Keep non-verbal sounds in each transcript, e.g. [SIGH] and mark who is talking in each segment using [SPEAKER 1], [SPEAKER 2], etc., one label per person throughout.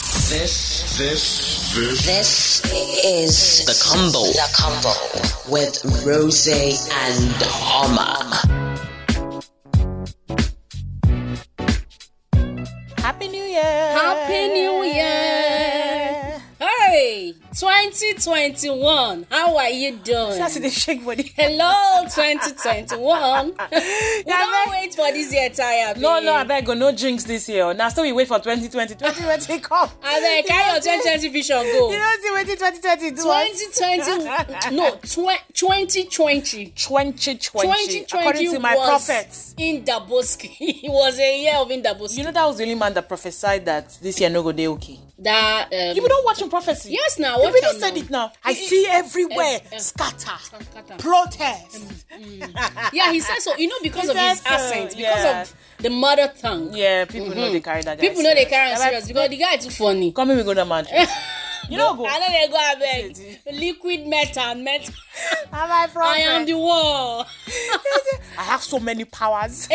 [SPEAKER 1] This,
[SPEAKER 2] This, this,
[SPEAKER 1] this is the combo. The combo with Rose and Homer.
[SPEAKER 3] Happy New Year!
[SPEAKER 4] Happy New Year! Hey, 2021. How are you doing?
[SPEAKER 3] That's the shake body.
[SPEAKER 4] Hello,
[SPEAKER 3] [LAUGHS]
[SPEAKER 4] 2021. we
[SPEAKER 3] Yeah,
[SPEAKER 4] don't
[SPEAKER 3] man.
[SPEAKER 4] wait for this year tire.
[SPEAKER 3] No,
[SPEAKER 4] babe.
[SPEAKER 3] no, I beg go no drinks this year. Now, so we wait for 2020. 2020 [LAUGHS] come.
[SPEAKER 4] I beg, carry your 2020 vision go.
[SPEAKER 3] You don't see what 2020 do? us?
[SPEAKER 4] 2020. no, twen- 2020.
[SPEAKER 3] 2020.
[SPEAKER 4] 2020
[SPEAKER 3] According to my
[SPEAKER 4] was
[SPEAKER 3] prophets.
[SPEAKER 4] in Daboski. [LAUGHS] it was a year of in Daboski.
[SPEAKER 3] You know, that was the only man that prophesied that this year no go day okay.
[SPEAKER 4] that um,
[SPEAKER 3] You don't watch him prophecy.
[SPEAKER 4] Yes, now,
[SPEAKER 3] You
[SPEAKER 4] watch
[SPEAKER 3] really
[SPEAKER 4] am
[SPEAKER 3] said
[SPEAKER 4] now.
[SPEAKER 3] it now. I see everywhere.
[SPEAKER 4] eh, eh,
[SPEAKER 3] scatter.
[SPEAKER 4] scatter.
[SPEAKER 3] Protest.
[SPEAKER 4] yeah, he said so. You know, because
[SPEAKER 3] He
[SPEAKER 4] of his
[SPEAKER 3] said so,
[SPEAKER 4] accent, because
[SPEAKER 3] yeah.
[SPEAKER 4] of the mother tongue.
[SPEAKER 3] Yeah, Mm-hmm. people know they carry that guy.
[SPEAKER 4] People know they carry am
[SPEAKER 3] I'm like,
[SPEAKER 4] serious because the guy too funny.
[SPEAKER 3] Come here, we go to [LAUGHS] Madrid. you know, go.
[SPEAKER 4] I know they go abeg liquid metal metal.
[SPEAKER 3] Am I prophet?
[SPEAKER 4] I am
[SPEAKER 3] [LAUGHS]
[SPEAKER 4] the wall.
[SPEAKER 3] I have so many
[SPEAKER 4] [LAUGHS]
[SPEAKER 3] powers.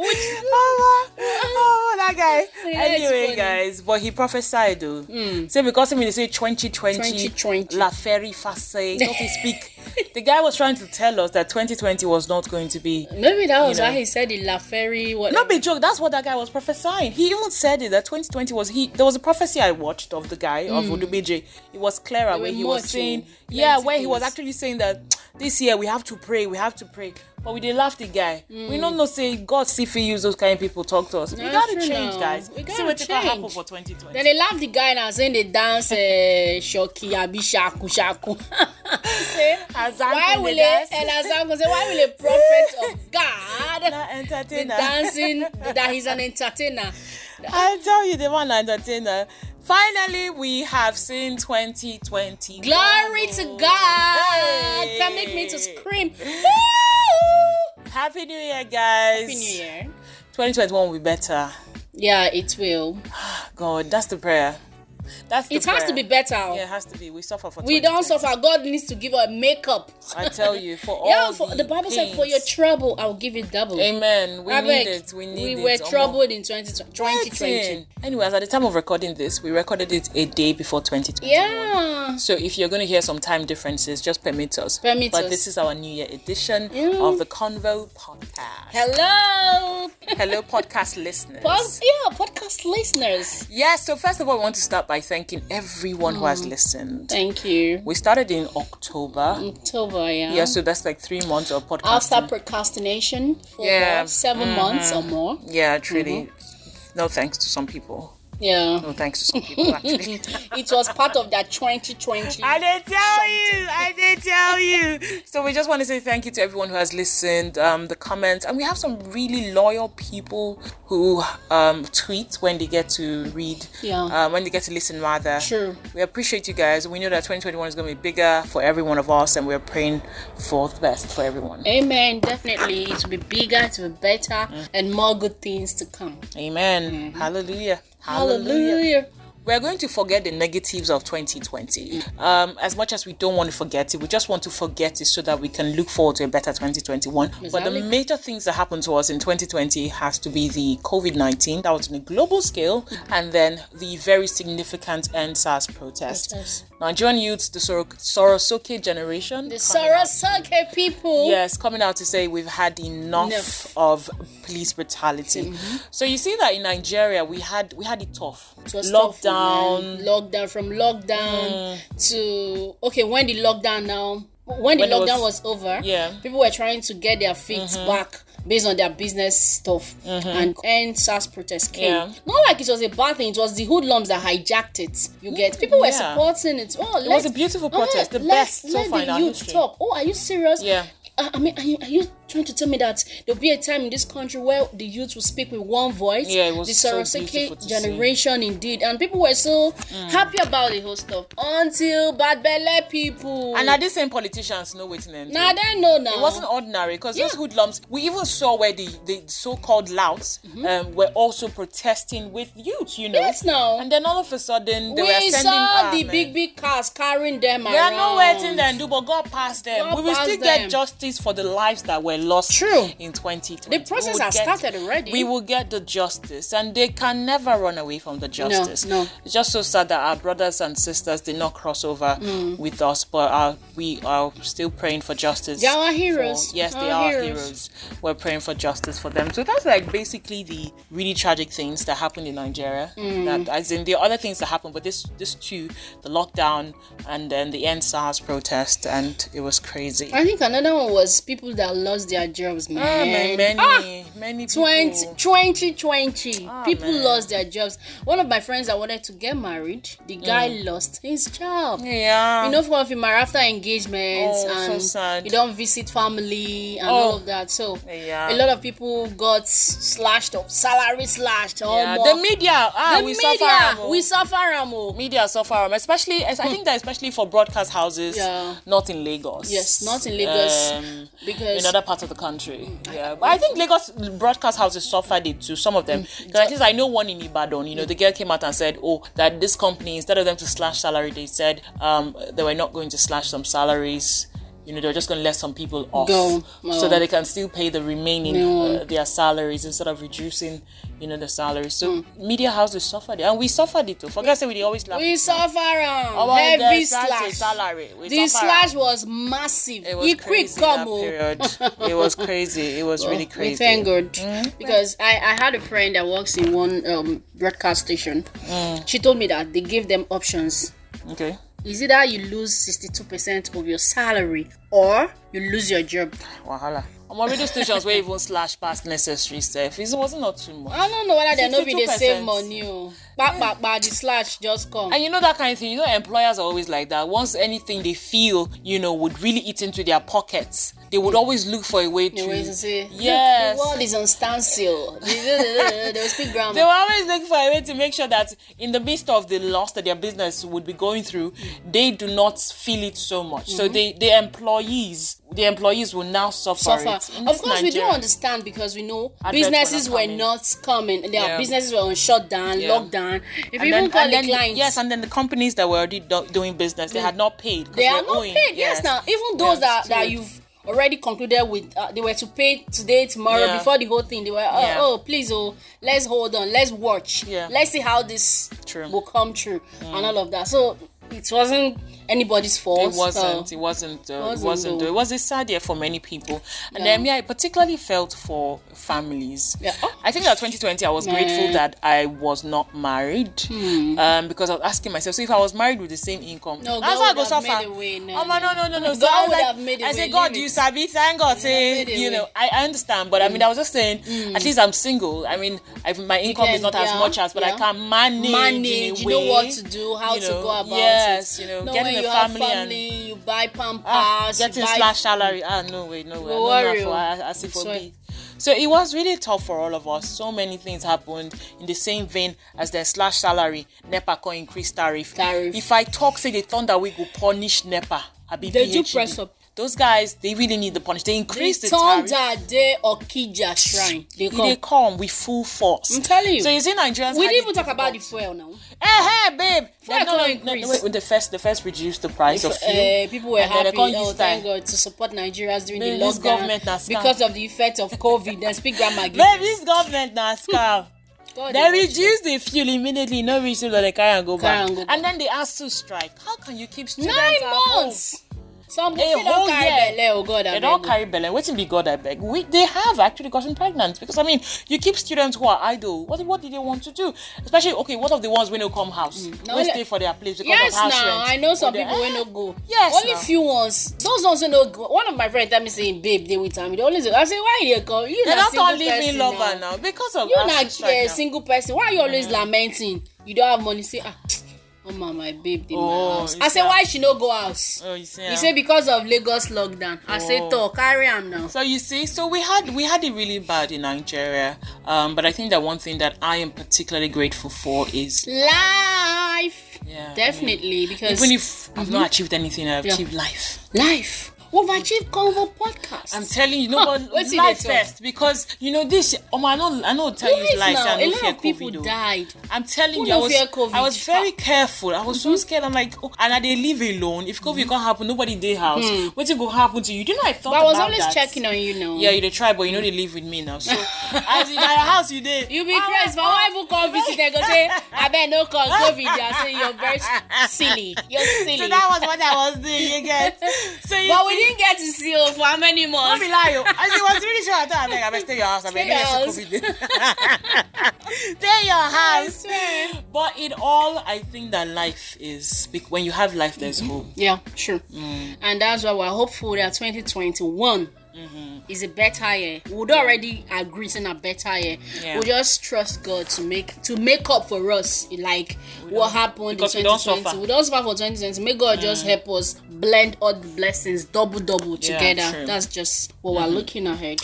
[SPEAKER 4] Which
[SPEAKER 3] [LAUGHS] oh, oh, that guy.
[SPEAKER 4] [LAUGHS] Yeah, it's
[SPEAKER 3] anyway,
[SPEAKER 4] funny. Hmm.
[SPEAKER 3] guys, but he prophesied though. So because him they say 2020,
[SPEAKER 4] 2020.
[SPEAKER 3] La Ferry Fase, don't we
[SPEAKER 4] [LAUGHS]
[SPEAKER 3] speak. the guy was trying to tell us that 2020 was not going to be.
[SPEAKER 4] maybe that was
[SPEAKER 3] You know.
[SPEAKER 4] why he said the La Ferry. What?
[SPEAKER 3] Not be joke. That's what that guy was prophesying. He even said it that 2020 was he. There was a prophecy I watched of the guy of Udubije. It was clearer
[SPEAKER 4] Hmm. were
[SPEAKER 3] where he was
[SPEAKER 4] much,
[SPEAKER 3] saying,
[SPEAKER 4] oh,
[SPEAKER 3] yeah,
[SPEAKER 4] plenty
[SPEAKER 3] where he was
[SPEAKER 4] things.
[SPEAKER 3] actually saying that this year we have to pray, we have to pray. But we did laugh the guy.
[SPEAKER 4] Hmm.
[SPEAKER 3] We don't know say God see if he use those kind of people talk to us. we
[SPEAKER 4] Nah,
[SPEAKER 3] gotta
[SPEAKER 4] true
[SPEAKER 3] change,
[SPEAKER 4] now.
[SPEAKER 3] guys.
[SPEAKER 4] We
[SPEAKER 3] see
[SPEAKER 4] gotta
[SPEAKER 3] what can happen
[SPEAKER 4] change.
[SPEAKER 3] for 2020.
[SPEAKER 4] Then they laugh the guy now saying they dance uh, shoki abi shaku shaku. [LAUGHS] why will a and Azango say why will a prophet of God
[SPEAKER 3] [LAUGHS] Not
[SPEAKER 4] be
[SPEAKER 3] entertainer. [LAUGHS]
[SPEAKER 4] dancing that he's an entertainer?
[SPEAKER 3] I tell you, the one entertainer. Finally, we have seen 2020.
[SPEAKER 4] Glory to God!
[SPEAKER 3] Hey.
[SPEAKER 4] Permit me
[SPEAKER 3] [LAUGHS]
[SPEAKER 4] to scream.
[SPEAKER 3] Happy New Year, guys.
[SPEAKER 4] Happy New Year.
[SPEAKER 3] 2021 will be better.
[SPEAKER 4] Yeah, it will.
[SPEAKER 3] God, that's the prayer. That's the
[SPEAKER 4] It has
[SPEAKER 3] prayer.
[SPEAKER 4] to be better.
[SPEAKER 3] Yeah, it has to be. We suffer for
[SPEAKER 4] we don't
[SPEAKER 3] 2020.
[SPEAKER 4] suffer. God needs to give us makeup.
[SPEAKER 3] I tell you, for all
[SPEAKER 4] [LAUGHS] yeah, for, the Bible said,
[SPEAKER 3] pains.
[SPEAKER 4] "For your trouble, I'll give you double."
[SPEAKER 3] Amen. We
[SPEAKER 4] I beg,
[SPEAKER 3] need it. We need
[SPEAKER 4] we
[SPEAKER 3] it.
[SPEAKER 4] were
[SPEAKER 3] Omo.
[SPEAKER 4] troubled in 2020. 2020.
[SPEAKER 3] Anything. Anyways, at the time of recording this, we recorded it a day before 2020.
[SPEAKER 4] Yeah.
[SPEAKER 3] So if you're going to hear some time differences, just permit us.
[SPEAKER 4] Permit
[SPEAKER 3] but
[SPEAKER 4] us.
[SPEAKER 3] this is our New Year edition
[SPEAKER 4] Yeah.
[SPEAKER 3] of the Convo Podcast.
[SPEAKER 4] Hello.
[SPEAKER 3] Hello, podcast listeners.
[SPEAKER 4] Pod- yeah, podcast listeners.
[SPEAKER 3] Yes, so first of all, I want to start by thanking everyone who
[SPEAKER 4] Mm.
[SPEAKER 3] has listened.
[SPEAKER 4] Thank you.
[SPEAKER 3] We started in October.
[SPEAKER 4] October, yeah.
[SPEAKER 3] Yeah, so that's like three months of podcast.
[SPEAKER 4] After procrastination for
[SPEAKER 3] Yeah. Mm-hmm.
[SPEAKER 4] about 7 months or more.
[SPEAKER 3] yeah, truly.
[SPEAKER 4] Mm-hmm.
[SPEAKER 3] No thanks to some people.
[SPEAKER 4] Yeah.
[SPEAKER 3] No thanks to some
[SPEAKER 4] [LAUGHS]
[SPEAKER 3] people, actually.
[SPEAKER 4] it was part of that 2020.
[SPEAKER 3] I did tell you. I did tell you. So we just want to say thank you to everyone who has listened, um, the comments, and we have some really loyal people who um, tweet when they get to read,
[SPEAKER 4] Yeah.
[SPEAKER 3] uh, when they get to listen rather.
[SPEAKER 4] True.
[SPEAKER 3] We appreciate you guys. We know that 2021 is going to be bigger for every one of us, and we're praying for the best for everyone.
[SPEAKER 4] Amen. Definitely, it will be bigger, it will be better, and more good things to come.
[SPEAKER 3] Amen. Hallelujah.
[SPEAKER 4] Mm-hmm. Hallelujah.
[SPEAKER 3] we're going to forget the negatives of 2020 um, as much as we don't want to forget it we just want to forget it so that we can look forward to a better 2021 but the
[SPEAKER 4] Exactly.
[SPEAKER 3] major things that happened to us in 2020 has to be the covid-19 that was on a global scale
[SPEAKER 4] Mm-hmm.
[SPEAKER 3] and then the very significant end SARS protest
[SPEAKER 4] Protest.
[SPEAKER 3] nigerian youths the Sor- sorosoke generation
[SPEAKER 4] The
[SPEAKER 3] coming out-
[SPEAKER 4] Sarasake people.
[SPEAKER 3] Yes, coming out to say we've had enough,
[SPEAKER 4] Enough. Mm-hmm.
[SPEAKER 3] of police brutality. So you see that in Nigeria we had we had it tough.
[SPEAKER 4] It was tough for
[SPEAKER 3] Lockdown, Hmm.
[SPEAKER 4] them. lockdown from lockdown to okay. When the lockdown now, when
[SPEAKER 3] When
[SPEAKER 4] the
[SPEAKER 3] it
[SPEAKER 4] lockdown
[SPEAKER 3] was-
[SPEAKER 4] was, over,
[SPEAKER 3] yeah. Mm-hmm.
[SPEAKER 4] people were trying to get their feet back based on their business stuff, and and SARS protests came.
[SPEAKER 3] Yeah.
[SPEAKER 4] Not like it was a bad thing; it was the hoodlums that hijacked it. You get people were
[SPEAKER 3] Mm, Yeah.
[SPEAKER 4] supporting it. Oh,
[SPEAKER 3] was a beautiful protest, the best so
[SPEAKER 4] let
[SPEAKER 3] far in
[SPEAKER 4] the
[SPEAKER 3] our
[SPEAKER 4] youth
[SPEAKER 3] history.
[SPEAKER 4] talk. Oh, are you serious? Uh,
[SPEAKER 3] Yeah.
[SPEAKER 4] I I mean, are you, are you trying to tell me that there'll be a time in this country where the youth will speak with one voice?
[SPEAKER 3] Yeah, it was
[SPEAKER 4] the
[SPEAKER 3] so
[SPEAKER 4] Sarasake
[SPEAKER 3] beautiful to see.
[SPEAKER 4] generation indeed, and people were so
[SPEAKER 3] Mm.
[SPEAKER 4] happy about the whole stuff until bad belly people.
[SPEAKER 3] And are these same politicians know waiting them?
[SPEAKER 4] now they know now.
[SPEAKER 3] It wasn't ordinary because those
[SPEAKER 4] Yeah.
[SPEAKER 3] hoodlums, we even saw where the, the so called louts um, were also protesting with youth, you know.
[SPEAKER 4] Mm-hmm. Yes, now.
[SPEAKER 3] And then all of a sudden, they
[SPEAKER 4] we
[SPEAKER 3] were sending
[SPEAKER 4] saw
[SPEAKER 3] ah,
[SPEAKER 4] the
[SPEAKER 3] man,
[SPEAKER 4] big big cars carrying them
[SPEAKER 3] They are
[SPEAKER 4] around.
[SPEAKER 3] not waiting them, do but God pass them.
[SPEAKER 4] God
[SPEAKER 3] we will
[SPEAKER 4] pass
[SPEAKER 3] still
[SPEAKER 4] them.
[SPEAKER 3] get justice for the lives that were lost
[SPEAKER 4] True.
[SPEAKER 3] in 2020.
[SPEAKER 4] The process
[SPEAKER 3] will
[SPEAKER 4] has started already.
[SPEAKER 3] We will get the justice, and they can never run away from the justice.
[SPEAKER 4] no.
[SPEAKER 3] It's just so sad that our brothers and sisters did not cross over
[SPEAKER 4] Mm.
[SPEAKER 3] with us, but uh, we are still praying for justice.
[SPEAKER 4] They are our
[SPEAKER 3] for-
[SPEAKER 4] heroes.
[SPEAKER 3] yes, they
[SPEAKER 4] Our
[SPEAKER 3] are
[SPEAKER 4] heroes.
[SPEAKER 3] heroes. We're praying for justice for them. So that's like basically the really tragic things that happened in Nigeria.
[SPEAKER 4] Mm.
[SPEAKER 3] That as in the other things that happened, but this this too, the lockdown and then the end SARS protest, and it was crazy.
[SPEAKER 4] I think another one was people that lost their jobs, man.
[SPEAKER 3] Ah, man, many,
[SPEAKER 4] Ah!
[SPEAKER 3] many people.
[SPEAKER 4] 20, 2020
[SPEAKER 3] Ah,
[SPEAKER 4] people
[SPEAKER 3] man.
[SPEAKER 4] lost their jobs one of my friends that wanted to get married the guy
[SPEAKER 3] Mm.
[SPEAKER 4] lost his job
[SPEAKER 3] Yeah.
[SPEAKER 4] you know for if you marry after engagements
[SPEAKER 3] Oh, so
[SPEAKER 4] and
[SPEAKER 3] sad.
[SPEAKER 4] you don't visit family and
[SPEAKER 3] Oh.
[SPEAKER 4] all of that so
[SPEAKER 3] Yeah.
[SPEAKER 4] a lot of people got slashed up salary slashed or
[SPEAKER 3] yeah.
[SPEAKER 4] more.
[SPEAKER 3] The media, ah,
[SPEAKER 4] The
[SPEAKER 3] we
[SPEAKER 4] media,
[SPEAKER 3] suffer. am, oh.
[SPEAKER 4] we suffer am oh.
[SPEAKER 3] media suffer, am, especially I think that especially for broadcast houses,
[SPEAKER 4] Yeah.
[SPEAKER 3] not in Lagos.
[SPEAKER 4] yes not in lagos
[SPEAKER 3] Um,
[SPEAKER 4] because Mm,
[SPEAKER 3] in other parts of the country. Yeah, but I think Lagos broadcast houses suffered it too. Some of them,
[SPEAKER 4] Mm,
[SPEAKER 3] because at least I know one in Ibadan. You know, the girl came out and said, "Oh, that this company instead of them to slash salary, they said um, they were not going to slash some salaries." You know, they're just going to let some people off
[SPEAKER 4] Go.
[SPEAKER 3] so
[SPEAKER 4] Oh.
[SPEAKER 3] that they can still pay the remaining
[SPEAKER 4] No.
[SPEAKER 3] uh, their salaries instead of reducing, you know, the salaries. So media houses suffered it, and we suffered it too. For God's sake, we always laugh.
[SPEAKER 4] Mm. we suffer am.
[SPEAKER 3] Our
[SPEAKER 4] heavy
[SPEAKER 3] guys, that's a
[SPEAKER 4] slash
[SPEAKER 3] salary. We
[SPEAKER 4] the
[SPEAKER 3] suffer am.
[SPEAKER 4] slash was massive
[SPEAKER 3] It was
[SPEAKER 4] he quick
[SPEAKER 3] crazy
[SPEAKER 4] come
[SPEAKER 3] that
[SPEAKER 4] oh. [LAUGHS]
[SPEAKER 3] period. it was crazy. It was really crazy. Mm-hmm.
[SPEAKER 4] We thank God because I, I had a friend that works in one um, broadcast station.
[SPEAKER 3] Mm.
[SPEAKER 4] She told me that they give them options.
[SPEAKER 3] Okay.
[SPEAKER 4] Is either you lose sixty two percent of your salary or you lose your job.
[SPEAKER 3] Wahala. I'm radio stations where even slash past necessary stuff. It wasn't not too much.
[SPEAKER 4] I don't know whether they know be they
[SPEAKER 3] 62%.
[SPEAKER 4] save money. oh. Ba ba ba the slash just come.
[SPEAKER 3] And you know that kind of thing. You know, employers are always like that. Once anything they feel, you know, would really eat into their pockets, they would always look for a way to.
[SPEAKER 4] They will say, "Look,
[SPEAKER 3] yes.
[SPEAKER 4] the world is on
[SPEAKER 3] [LAUGHS]
[SPEAKER 4] standstill. [LAUGHS] they will speak grammar.
[SPEAKER 3] They were always looking for a way to make sure that in the midst of the loss that their business would be going through, they do not feel it so much. So
[SPEAKER 4] Mm-hmm.
[SPEAKER 3] they, the employees, the employees will now suffer.
[SPEAKER 4] suffer.
[SPEAKER 3] It. In
[SPEAKER 4] Of
[SPEAKER 3] this
[SPEAKER 4] course, we do
[SPEAKER 3] Nigeria-
[SPEAKER 4] understand because we know
[SPEAKER 3] Adverts were not
[SPEAKER 4] businesses were
[SPEAKER 3] coming.
[SPEAKER 4] not coming. Their
[SPEAKER 3] Yeah.
[SPEAKER 4] businesses were on shutdown,
[SPEAKER 3] Yeah.
[SPEAKER 4] lockdown. If you even call the clients, Mm.
[SPEAKER 3] yes, and then the companies that were already do- doing business, they had not paid. 'cause
[SPEAKER 4] they are
[SPEAKER 3] were
[SPEAKER 4] not
[SPEAKER 3] owing.
[SPEAKER 4] paid. Yes, now even those
[SPEAKER 3] Yes,
[SPEAKER 4] that, that
[SPEAKER 3] true.
[SPEAKER 4] you've already concluded with, uh, they were to pay today, tomorrow,
[SPEAKER 3] Yeah.
[SPEAKER 4] before the whole thing. They were, oh,
[SPEAKER 3] Yeah.
[SPEAKER 4] oh, please, oh, let's hold on, let's watch,
[SPEAKER 3] Yeah.
[SPEAKER 4] let's see how this
[SPEAKER 3] True. Mm.
[SPEAKER 4] will come true, and all of that. So it wasn't anybody's fault.
[SPEAKER 3] It wasn't.
[SPEAKER 4] So,
[SPEAKER 3] It wasn't. Uh, it
[SPEAKER 4] wasn't,
[SPEAKER 3] wasn't.
[SPEAKER 4] though.
[SPEAKER 3] It was a sad year for many people, and
[SPEAKER 4] Yeah.
[SPEAKER 3] um, yeah, I particularly felt for families.
[SPEAKER 4] Yeah. Oh.
[SPEAKER 3] I think that 2020, I was grateful
[SPEAKER 4] Yeah. Hmm.
[SPEAKER 3] that I was not married, um, because I was asking myself, so if I was married with the same income,
[SPEAKER 4] No,
[SPEAKER 3] that's
[SPEAKER 4] God
[SPEAKER 3] how I
[SPEAKER 4] would
[SPEAKER 3] go
[SPEAKER 4] have made
[SPEAKER 3] suffer.
[SPEAKER 4] a way, no,
[SPEAKER 3] oh my, no, no, no, no. So
[SPEAKER 4] God
[SPEAKER 3] I was
[SPEAKER 4] would
[SPEAKER 3] like-
[SPEAKER 4] have made a
[SPEAKER 3] I say,
[SPEAKER 4] way,
[SPEAKER 3] God,
[SPEAKER 4] leave
[SPEAKER 3] you
[SPEAKER 4] it."
[SPEAKER 3] sabi, thank God, say,
[SPEAKER 4] made a
[SPEAKER 3] you know,
[SPEAKER 4] way. Hmm.
[SPEAKER 3] I I understand, but I mean, I was just saying, at least I'm single. I mean, i my income
[SPEAKER 4] can-
[SPEAKER 3] is not as
[SPEAKER 4] yeah,
[SPEAKER 3] much as, but I
[SPEAKER 4] yeah.
[SPEAKER 3] can manage. in a
[SPEAKER 4] Manage, you know
[SPEAKER 3] way,
[SPEAKER 4] what to do, how
[SPEAKER 3] you
[SPEAKER 4] to
[SPEAKER 3] know.
[SPEAKER 4] go about
[SPEAKER 3] yes,
[SPEAKER 4] it.
[SPEAKER 3] you know,
[SPEAKER 4] No,
[SPEAKER 3] getting
[SPEAKER 4] when
[SPEAKER 3] a
[SPEAKER 4] you
[SPEAKER 3] family,
[SPEAKER 4] have
[SPEAKER 3] and
[SPEAKER 4] family, you buy pampers,
[SPEAKER 3] Ah,
[SPEAKER 4] you
[SPEAKER 3] getting
[SPEAKER 4] buy
[SPEAKER 3] slash salary. Ah, no way, no way.
[SPEAKER 4] No
[SPEAKER 3] No, not
[SPEAKER 4] worry,
[SPEAKER 3] for,
[SPEAKER 4] oh.
[SPEAKER 3] as if for
[SPEAKER 4] Swear.
[SPEAKER 3] me. So it was really tough for all of us. So many things happened in the same vein as the slash salary. NEPA can increase tariff.
[SPEAKER 4] Tariff.
[SPEAKER 3] If I talk, say they thunder, we go punish NEPA. Abi
[SPEAKER 4] They do
[SPEAKER 3] PhD.
[SPEAKER 4] press up.
[SPEAKER 3] Those guys, they really need the punish. They
[SPEAKER 4] The
[SPEAKER 3] increase the, tariff.
[SPEAKER 4] Thunder Day Okija Shrine.
[SPEAKER 3] They
[SPEAKER 4] They come.
[SPEAKER 3] come with full force.
[SPEAKER 4] I'm telling you.
[SPEAKER 3] So you see, Nigerians.
[SPEAKER 4] we
[SPEAKER 3] had
[SPEAKER 4] didn't even
[SPEAKER 3] it
[SPEAKER 4] talk about the
[SPEAKER 3] difficult.
[SPEAKER 4] fuel now.
[SPEAKER 3] Eh, hey, babe.
[SPEAKER 4] Fuel
[SPEAKER 3] no, no,
[SPEAKER 4] can
[SPEAKER 3] no, no,
[SPEAKER 4] increase.
[SPEAKER 3] wait, with the first, the first reduced the price of fuel.
[SPEAKER 4] Uh, people were
[SPEAKER 3] and then they
[SPEAKER 4] happy.
[SPEAKER 3] can't
[SPEAKER 4] Oh,
[SPEAKER 3] use
[SPEAKER 4] thank
[SPEAKER 3] that.
[SPEAKER 4] God to support Nigerians during
[SPEAKER 3] Babe,
[SPEAKER 4] the
[SPEAKER 3] this
[SPEAKER 4] lockdown
[SPEAKER 3] government na scam.
[SPEAKER 4] because of the effect of COVID. Then speak grammar again.
[SPEAKER 3] Babe, this government na scam.
[SPEAKER 4] [LAUGHS] God,
[SPEAKER 3] They
[SPEAKER 4] they-
[SPEAKER 3] reduce the fuel immediately, no reach so that they carry and go
[SPEAKER 4] Carry
[SPEAKER 3] back.
[SPEAKER 4] and go back.
[SPEAKER 3] And then they ask to strike. How can you keep students
[SPEAKER 4] nine
[SPEAKER 3] at home?
[SPEAKER 4] months. Some
[SPEAKER 3] A
[SPEAKER 4] people don't
[SPEAKER 3] whole
[SPEAKER 4] carry
[SPEAKER 3] year.
[SPEAKER 4] belle. Oh God,
[SPEAKER 3] They
[SPEAKER 4] I
[SPEAKER 3] don't carry Belen. Waiting be God, I beg. We, they have actually gotten pregnant because I mean, you keep students who are idle. What what do they want to do? Especially okay, what of the ones when they come house?
[SPEAKER 4] Now
[SPEAKER 3] we
[SPEAKER 4] let-
[SPEAKER 3] stay for their place because
[SPEAKER 4] Mm, Yes,
[SPEAKER 3] of house
[SPEAKER 4] now
[SPEAKER 3] rent.
[SPEAKER 4] I know some
[SPEAKER 3] Or they-
[SPEAKER 4] people when no go.
[SPEAKER 3] Yes,
[SPEAKER 4] only
[SPEAKER 3] now.
[SPEAKER 4] few ones. Those ones who no go. One of my friends tell me saying, "Babe, they with me." They always. I say, "Why you dey come? You
[SPEAKER 3] They
[SPEAKER 4] na
[SPEAKER 3] don't
[SPEAKER 4] single
[SPEAKER 3] call living
[SPEAKER 4] person
[SPEAKER 3] lover
[SPEAKER 4] now.
[SPEAKER 3] now because of
[SPEAKER 4] you
[SPEAKER 3] house
[SPEAKER 4] na
[SPEAKER 3] strike
[SPEAKER 4] a
[SPEAKER 3] now.
[SPEAKER 4] single person why you
[SPEAKER 3] Mm.
[SPEAKER 4] always lamenting you don't have money say ah mama my babe dey
[SPEAKER 3] Oh,
[SPEAKER 4] my house
[SPEAKER 3] you
[SPEAKER 4] i say
[SPEAKER 3] see am.
[SPEAKER 4] why she no go house
[SPEAKER 3] Oh, you see,
[SPEAKER 4] you
[SPEAKER 3] am.
[SPEAKER 4] say because of lagos lockdown i say
[SPEAKER 3] Oh.
[SPEAKER 4] talk carry am now
[SPEAKER 3] So you see, so we had we had it really bad in Nigeria, um, but I think that one thing that I am particularly grateful for is
[SPEAKER 4] life
[SPEAKER 3] Yeah, I mean,
[SPEAKER 4] definitely because
[SPEAKER 3] even if I've not achieved anything, I've
[SPEAKER 4] Mm-hmm. Yeah.
[SPEAKER 3] achieved life.
[SPEAKER 4] life Overachieve Convo podcast.
[SPEAKER 3] I'm telling you, no one
[SPEAKER 4] Wetin you
[SPEAKER 3] lie
[SPEAKER 4] dey talk?
[SPEAKER 3] first because you know this. Oh my, I know, I know, tell
[SPEAKER 4] Yes
[SPEAKER 3] you lies.
[SPEAKER 4] now,
[SPEAKER 3] I
[SPEAKER 4] a
[SPEAKER 3] no
[SPEAKER 4] lot
[SPEAKER 3] fear
[SPEAKER 4] of people
[SPEAKER 3] COVID. oh.
[SPEAKER 4] died.
[SPEAKER 3] I'm telling
[SPEAKER 4] Who
[SPEAKER 3] you, I
[SPEAKER 4] no
[SPEAKER 3] was,
[SPEAKER 4] fear COVID? Mm-hmm.
[SPEAKER 3] I was very careful. I was so scared. I'm like, oh, and I they live alone. If COVID can't happen, nobody in their house. What's it gonna happen to you? Do you know I thought
[SPEAKER 4] Hmm. But I was
[SPEAKER 3] about
[SPEAKER 4] always
[SPEAKER 3] that?
[SPEAKER 4] checking on you now.
[SPEAKER 3] Yeah, you they try, but you know they live with me now.
[SPEAKER 4] [LAUGHS]
[SPEAKER 3] So as in my house, you did.
[SPEAKER 4] You be crazy, but when people come visit, they go say, "I bet no call COVID." They say you're very silly. You're
[SPEAKER 3] [LAUGHS]
[SPEAKER 4] silly.
[SPEAKER 3] So that was what I was doing. You
[SPEAKER 4] [LAUGHS]
[SPEAKER 3] get. So you
[SPEAKER 4] but we
[SPEAKER 3] see-
[SPEAKER 4] didn't get to see you for how many
[SPEAKER 3] Don't
[SPEAKER 4] months?
[SPEAKER 3] be lying. I say, was really sure. I thought I beg, I beg, stay your house. I beg,
[SPEAKER 4] Stay your
[SPEAKER 3] no,
[SPEAKER 4] house.
[SPEAKER 3] yes, you COVID. [LAUGHS] stay your
[SPEAKER 4] [LAUGHS] I
[SPEAKER 3] house.
[SPEAKER 4] swear.
[SPEAKER 3] But in all, I think that life is bec- when you have life, there's hope.
[SPEAKER 4] Yeah, sure. And that's why we're hopeful that 2021
[SPEAKER 3] Mm-hmm.
[SPEAKER 4] is a better year. We would already agree on a better year.
[SPEAKER 3] Yeah.
[SPEAKER 4] We just trust God to make to make up for us, like what happened
[SPEAKER 3] because
[SPEAKER 4] in
[SPEAKER 3] we don't
[SPEAKER 4] 2020.
[SPEAKER 3] suffer. Mm.
[SPEAKER 4] We don't suffer for 2020. May God just help us blend all the blessings double double
[SPEAKER 3] Yeah,
[SPEAKER 4] together.
[SPEAKER 3] true. Mm-hmm.
[SPEAKER 4] That's just what we're looking ahead.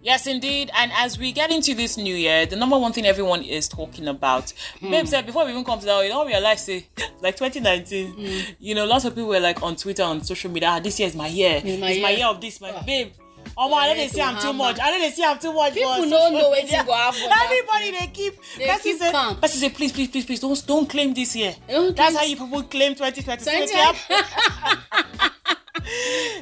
[SPEAKER 3] Yes, indeed. And as we get into this new year, the number one thing everyone is talking about,
[SPEAKER 4] Hmm.
[SPEAKER 3] babe said before we even come to that, we don't realize say [LAUGHS] like 2019.
[SPEAKER 4] Hmm.
[SPEAKER 3] You know, lots of people were like on Twitter, on social media, ah, this year is my year. It's
[SPEAKER 4] my
[SPEAKER 3] my,
[SPEAKER 4] year."
[SPEAKER 3] year of this, my babe. Oh my, I know
[SPEAKER 4] year
[SPEAKER 3] they
[SPEAKER 4] to
[SPEAKER 3] say I'm too
[SPEAKER 4] hammer.
[SPEAKER 3] much. I know they say I'm too much. for
[SPEAKER 4] People no
[SPEAKER 3] social
[SPEAKER 4] know wetin
[SPEAKER 3] media.
[SPEAKER 4] go happen that
[SPEAKER 3] Everybody they keep.
[SPEAKER 4] They
[SPEAKER 3] person
[SPEAKER 4] keep
[SPEAKER 3] say,
[SPEAKER 4] calm.
[SPEAKER 3] person say, please, please, please, please, don't don't claim this year.
[SPEAKER 4] Don't
[SPEAKER 3] That's
[SPEAKER 4] claim-
[SPEAKER 3] how you people claim 2020. So
[SPEAKER 4] 20
[SPEAKER 3] clap.
[SPEAKER 4] [LAUGHS]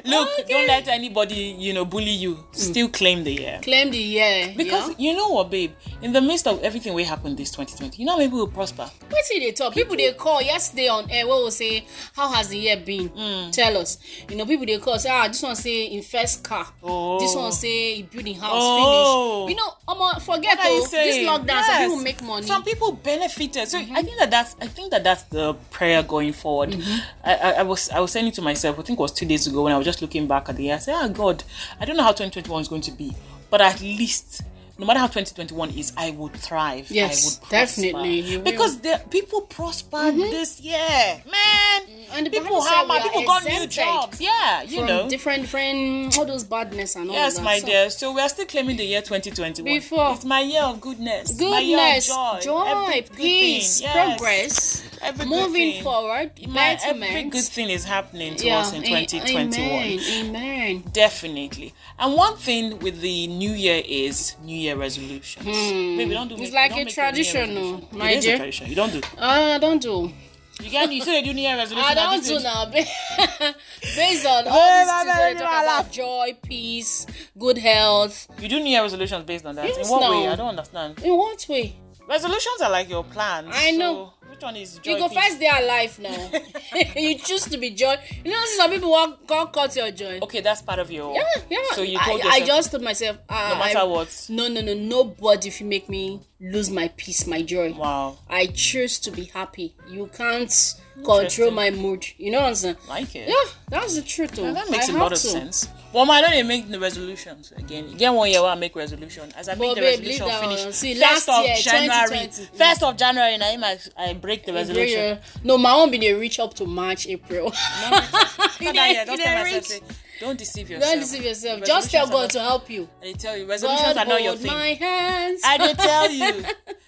[SPEAKER 3] Look,
[SPEAKER 4] Okay. Hmm.
[SPEAKER 3] don't let anybody you know bully you. Still claim the year.
[SPEAKER 4] Claim the year
[SPEAKER 3] Because
[SPEAKER 4] yeah?
[SPEAKER 3] you know what, babe? In the midst of everything we happened this 2020, you know how many people will prosper?
[SPEAKER 4] wetin dey talk people dey call yesterday on air wey we say how has the year been
[SPEAKER 3] Hmm.
[SPEAKER 4] tell us you know people dey call say ah this one say im first car
[SPEAKER 3] Oh.
[SPEAKER 4] this one say e build im house
[SPEAKER 3] Oh.
[SPEAKER 4] finish you know omo forget
[SPEAKER 3] What are you
[SPEAKER 4] o this
[SPEAKER 3] saying?
[SPEAKER 4] lockdown some
[SPEAKER 3] Yes.
[SPEAKER 4] people make money Mm-hmm.
[SPEAKER 3] Some people benefited. So I think that that's I think that that's the prayer going forward.
[SPEAKER 4] Mm-hmm.
[SPEAKER 3] I, I, I was I was saying it to myself. I think it was two days ago when I was just looking back at the year. I said, "Ah, God, I don't know how 2021 is going to be, but at least." No matter how 2021 is, I would thrive.
[SPEAKER 4] Yes,
[SPEAKER 3] I would prosper.
[SPEAKER 4] definitely, you will. Mm-hmm.
[SPEAKER 3] Because the people prospered this year, man.
[SPEAKER 4] And the
[SPEAKER 3] people
[SPEAKER 4] Bible said we
[SPEAKER 3] hammered,
[SPEAKER 4] are
[SPEAKER 3] people got new
[SPEAKER 4] exempted
[SPEAKER 3] jobs. Yeah, you
[SPEAKER 4] from
[SPEAKER 3] know,
[SPEAKER 4] different different all those badness and all
[SPEAKER 3] Yes,
[SPEAKER 4] that
[SPEAKER 3] my
[SPEAKER 4] Oh, So,
[SPEAKER 3] dear. So we are still claiming the year 2021.
[SPEAKER 4] Before.
[SPEAKER 3] it's my year of goodness, my year of
[SPEAKER 4] goodness
[SPEAKER 3] joy, every
[SPEAKER 4] joy
[SPEAKER 3] good
[SPEAKER 4] peace
[SPEAKER 3] thing. Yes.
[SPEAKER 4] progress
[SPEAKER 3] every good
[SPEAKER 4] moving
[SPEAKER 3] thing.
[SPEAKER 4] forward
[SPEAKER 3] My, every
[SPEAKER 4] betterment.
[SPEAKER 3] good thing is happening to us in
[SPEAKER 4] a-
[SPEAKER 3] 2021.
[SPEAKER 4] amen amen
[SPEAKER 3] Definitely. And one thing with the new year is New Year resolutions. Baby, don't do
[SPEAKER 4] Hmm. It's
[SPEAKER 3] make-
[SPEAKER 4] like
[SPEAKER 3] don't make
[SPEAKER 4] a
[SPEAKER 3] New Year
[SPEAKER 4] tradition,
[SPEAKER 3] resolution.
[SPEAKER 4] no, my
[SPEAKER 3] it is
[SPEAKER 4] dear.
[SPEAKER 3] a tradition. You don't do.
[SPEAKER 4] ah don't do.
[SPEAKER 3] You get you say you do New Year resolution.
[SPEAKER 4] [LAUGHS] I
[SPEAKER 3] at
[SPEAKER 4] don't
[SPEAKER 3] this
[SPEAKER 4] do
[SPEAKER 3] age.
[SPEAKER 4] now. ba- [LAUGHS] Based on all
[SPEAKER 3] Babe,
[SPEAKER 4] these
[SPEAKER 3] I don't
[SPEAKER 4] things that they
[SPEAKER 3] do
[SPEAKER 4] talk
[SPEAKER 3] my
[SPEAKER 4] about
[SPEAKER 3] life.
[SPEAKER 4] joy, peace, good health.
[SPEAKER 3] You do New Year resolutions based on that.
[SPEAKER 4] Yes,
[SPEAKER 3] in what
[SPEAKER 4] no.
[SPEAKER 3] way? I don't understand.
[SPEAKER 4] In what way?
[SPEAKER 3] Resolutions are like your plans.
[SPEAKER 4] I know.
[SPEAKER 3] So which one is joy?
[SPEAKER 4] You go
[SPEAKER 3] peace?
[SPEAKER 4] first day alive
[SPEAKER 3] [LAUGHS]
[SPEAKER 4] now. [LAUGHS] you choose to be joy. You know, some people want can't cut your joy.
[SPEAKER 3] Okay, that's part of your.
[SPEAKER 4] Yeah, yeah.
[SPEAKER 3] So you
[SPEAKER 4] I,
[SPEAKER 3] told
[SPEAKER 4] I
[SPEAKER 3] yourself.
[SPEAKER 4] just told myself, ah,
[SPEAKER 3] No matter
[SPEAKER 4] I-
[SPEAKER 3] what.
[SPEAKER 4] No, no, no. Nobody if you make me lose my peace, my joy.
[SPEAKER 3] Wow.
[SPEAKER 4] I choose to be happy. You can't control
[SPEAKER 3] Interesting.
[SPEAKER 4] my mood. You know what I'm saying?
[SPEAKER 3] Like it.
[SPEAKER 4] Yeah, that's the truth. though.
[SPEAKER 3] That makes a
[SPEAKER 4] I have
[SPEAKER 3] lot of
[SPEAKER 4] to.
[SPEAKER 3] sense. Well, man, I don't even make the resolutions again. You Get one year where I make resolution. As I
[SPEAKER 4] But
[SPEAKER 3] make the
[SPEAKER 4] babe, leave
[SPEAKER 3] resolution
[SPEAKER 4] that
[SPEAKER 3] finish.
[SPEAKER 4] one. See,
[SPEAKER 3] first
[SPEAKER 4] last
[SPEAKER 3] of
[SPEAKER 4] year,
[SPEAKER 3] January.
[SPEAKER 4] 2020.
[SPEAKER 3] First of January, now I, I break the resolution. [LAUGHS]
[SPEAKER 4] Great, yeah. No, my own been dey reach up to March, April. [LAUGHS] You
[SPEAKER 3] Not that
[SPEAKER 4] dey-
[SPEAKER 3] year, don't
[SPEAKER 4] you dey
[SPEAKER 3] tell myself,
[SPEAKER 4] reach.
[SPEAKER 3] say, don't deceive yourself.
[SPEAKER 4] Don't deceive yourself. Just tell God
[SPEAKER 3] Resolutions
[SPEAKER 4] to
[SPEAKER 3] are
[SPEAKER 4] help you.
[SPEAKER 3] not- I dey tell you, resolutions
[SPEAKER 4] God
[SPEAKER 3] are not your
[SPEAKER 4] hold
[SPEAKER 3] thing.
[SPEAKER 4] my hands.
[SPEAKER 3] I did tell
[SPEAKER 4] [LAUGHS]
[SPEAKER 3] you.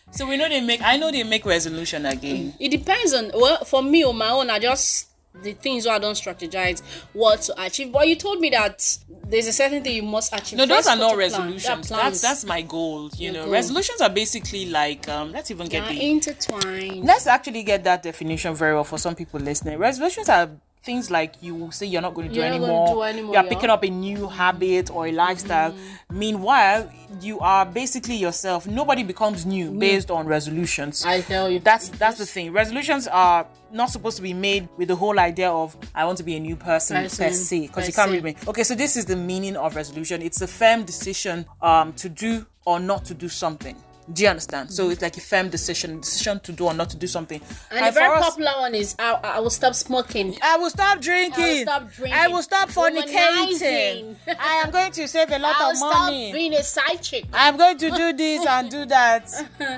[SPEAKER 3] So we know they make. I know they make resolution again.
[SPEAKER 4] It depends on well for me on my own. I just the things where I don't strategize what to achieve. But you told me that there's a certain thing you must achieve.
[SPEAKER 3] No, those
[SPEAKER 4] First,
[SPEAKER 3] are
[SPEAKER 4] put
[SPEAKER 3] not
[SPEAKER 4] a plan. They are
[SPEAKER 3] resolutions.
[SPEAKER 4] plans.
[SPEAKER 3] That's that's my goal. You know,
[SPEAKER 4] goal.
[SPEAKER 3] resolutions are basically like um. Let's even
[SPEAKER 4] They
[SPEAKER 3] get
[SPEAKER 4] are
[SPEAKER 3] the
[SPEAKER 4] intertwined.
[SPEAKER 3] let's actually get that definition very well for some people listening. Resolutions are things like you will say you're not going to do
[SPEAKER 4] You're not gonna
[SPEAKER 3] anymore.
[SPEAKER 4] do
[SPEAKER 3] you
[SPEAKER 4] anymore,
[SPEAKER 3] are
[SPEAKER 4] yeah. Mm-hmm.
[SPEAKER 3] picking up a new habit or a lifestyle. Meanwhile, you are basically yourself. Nobody becomes new based on resolutions.
[SPEAKER 4] Mm. I tell you.
[SPEAKER 3] that's that's the thing. Resolutions are not supposed to be made with the whole idea of I want to be a new person,
[SPEAKER 4] Person,
[SPEAKER 3] per se, because
[SPEAKER 4] per
[SPEAKER 3] you can't
[SPEAKER 4] se.
[SPEAKER 3] read me. Okay, so this is the meaning of resolution. It's a firm decision um, to do or not to do something. Do you understand? So it's like a firm decision, decision to do or not to do something.
[SPEAKER 4] and a
[SPEAKER 3] for
[SPEAKER 4] very
[SPEAKER 3] us-
[SPEAKER 4] popular one is I, I will stop smoking.
[SPEAKER 3] I will stop drinking.
[SPEAKER 4] I will stop drinking.
[SPEAKER 3] I will stop fornicating.
[SPEAKER 4] Womanizing.
[SPEAKER 3] [LAUGHS] I am going to save a lot
[SPEAKER 4] I will
[SPEAKER 3] of
[SPEAKER 4] stop
[SPEAKER 3] money.
[SPEAKER 4] being a side chick.
[SPEAKER 3] I'm going to do this and do
[SPEAKER 4] [LAUGHS]
[SPEAKER 3] that.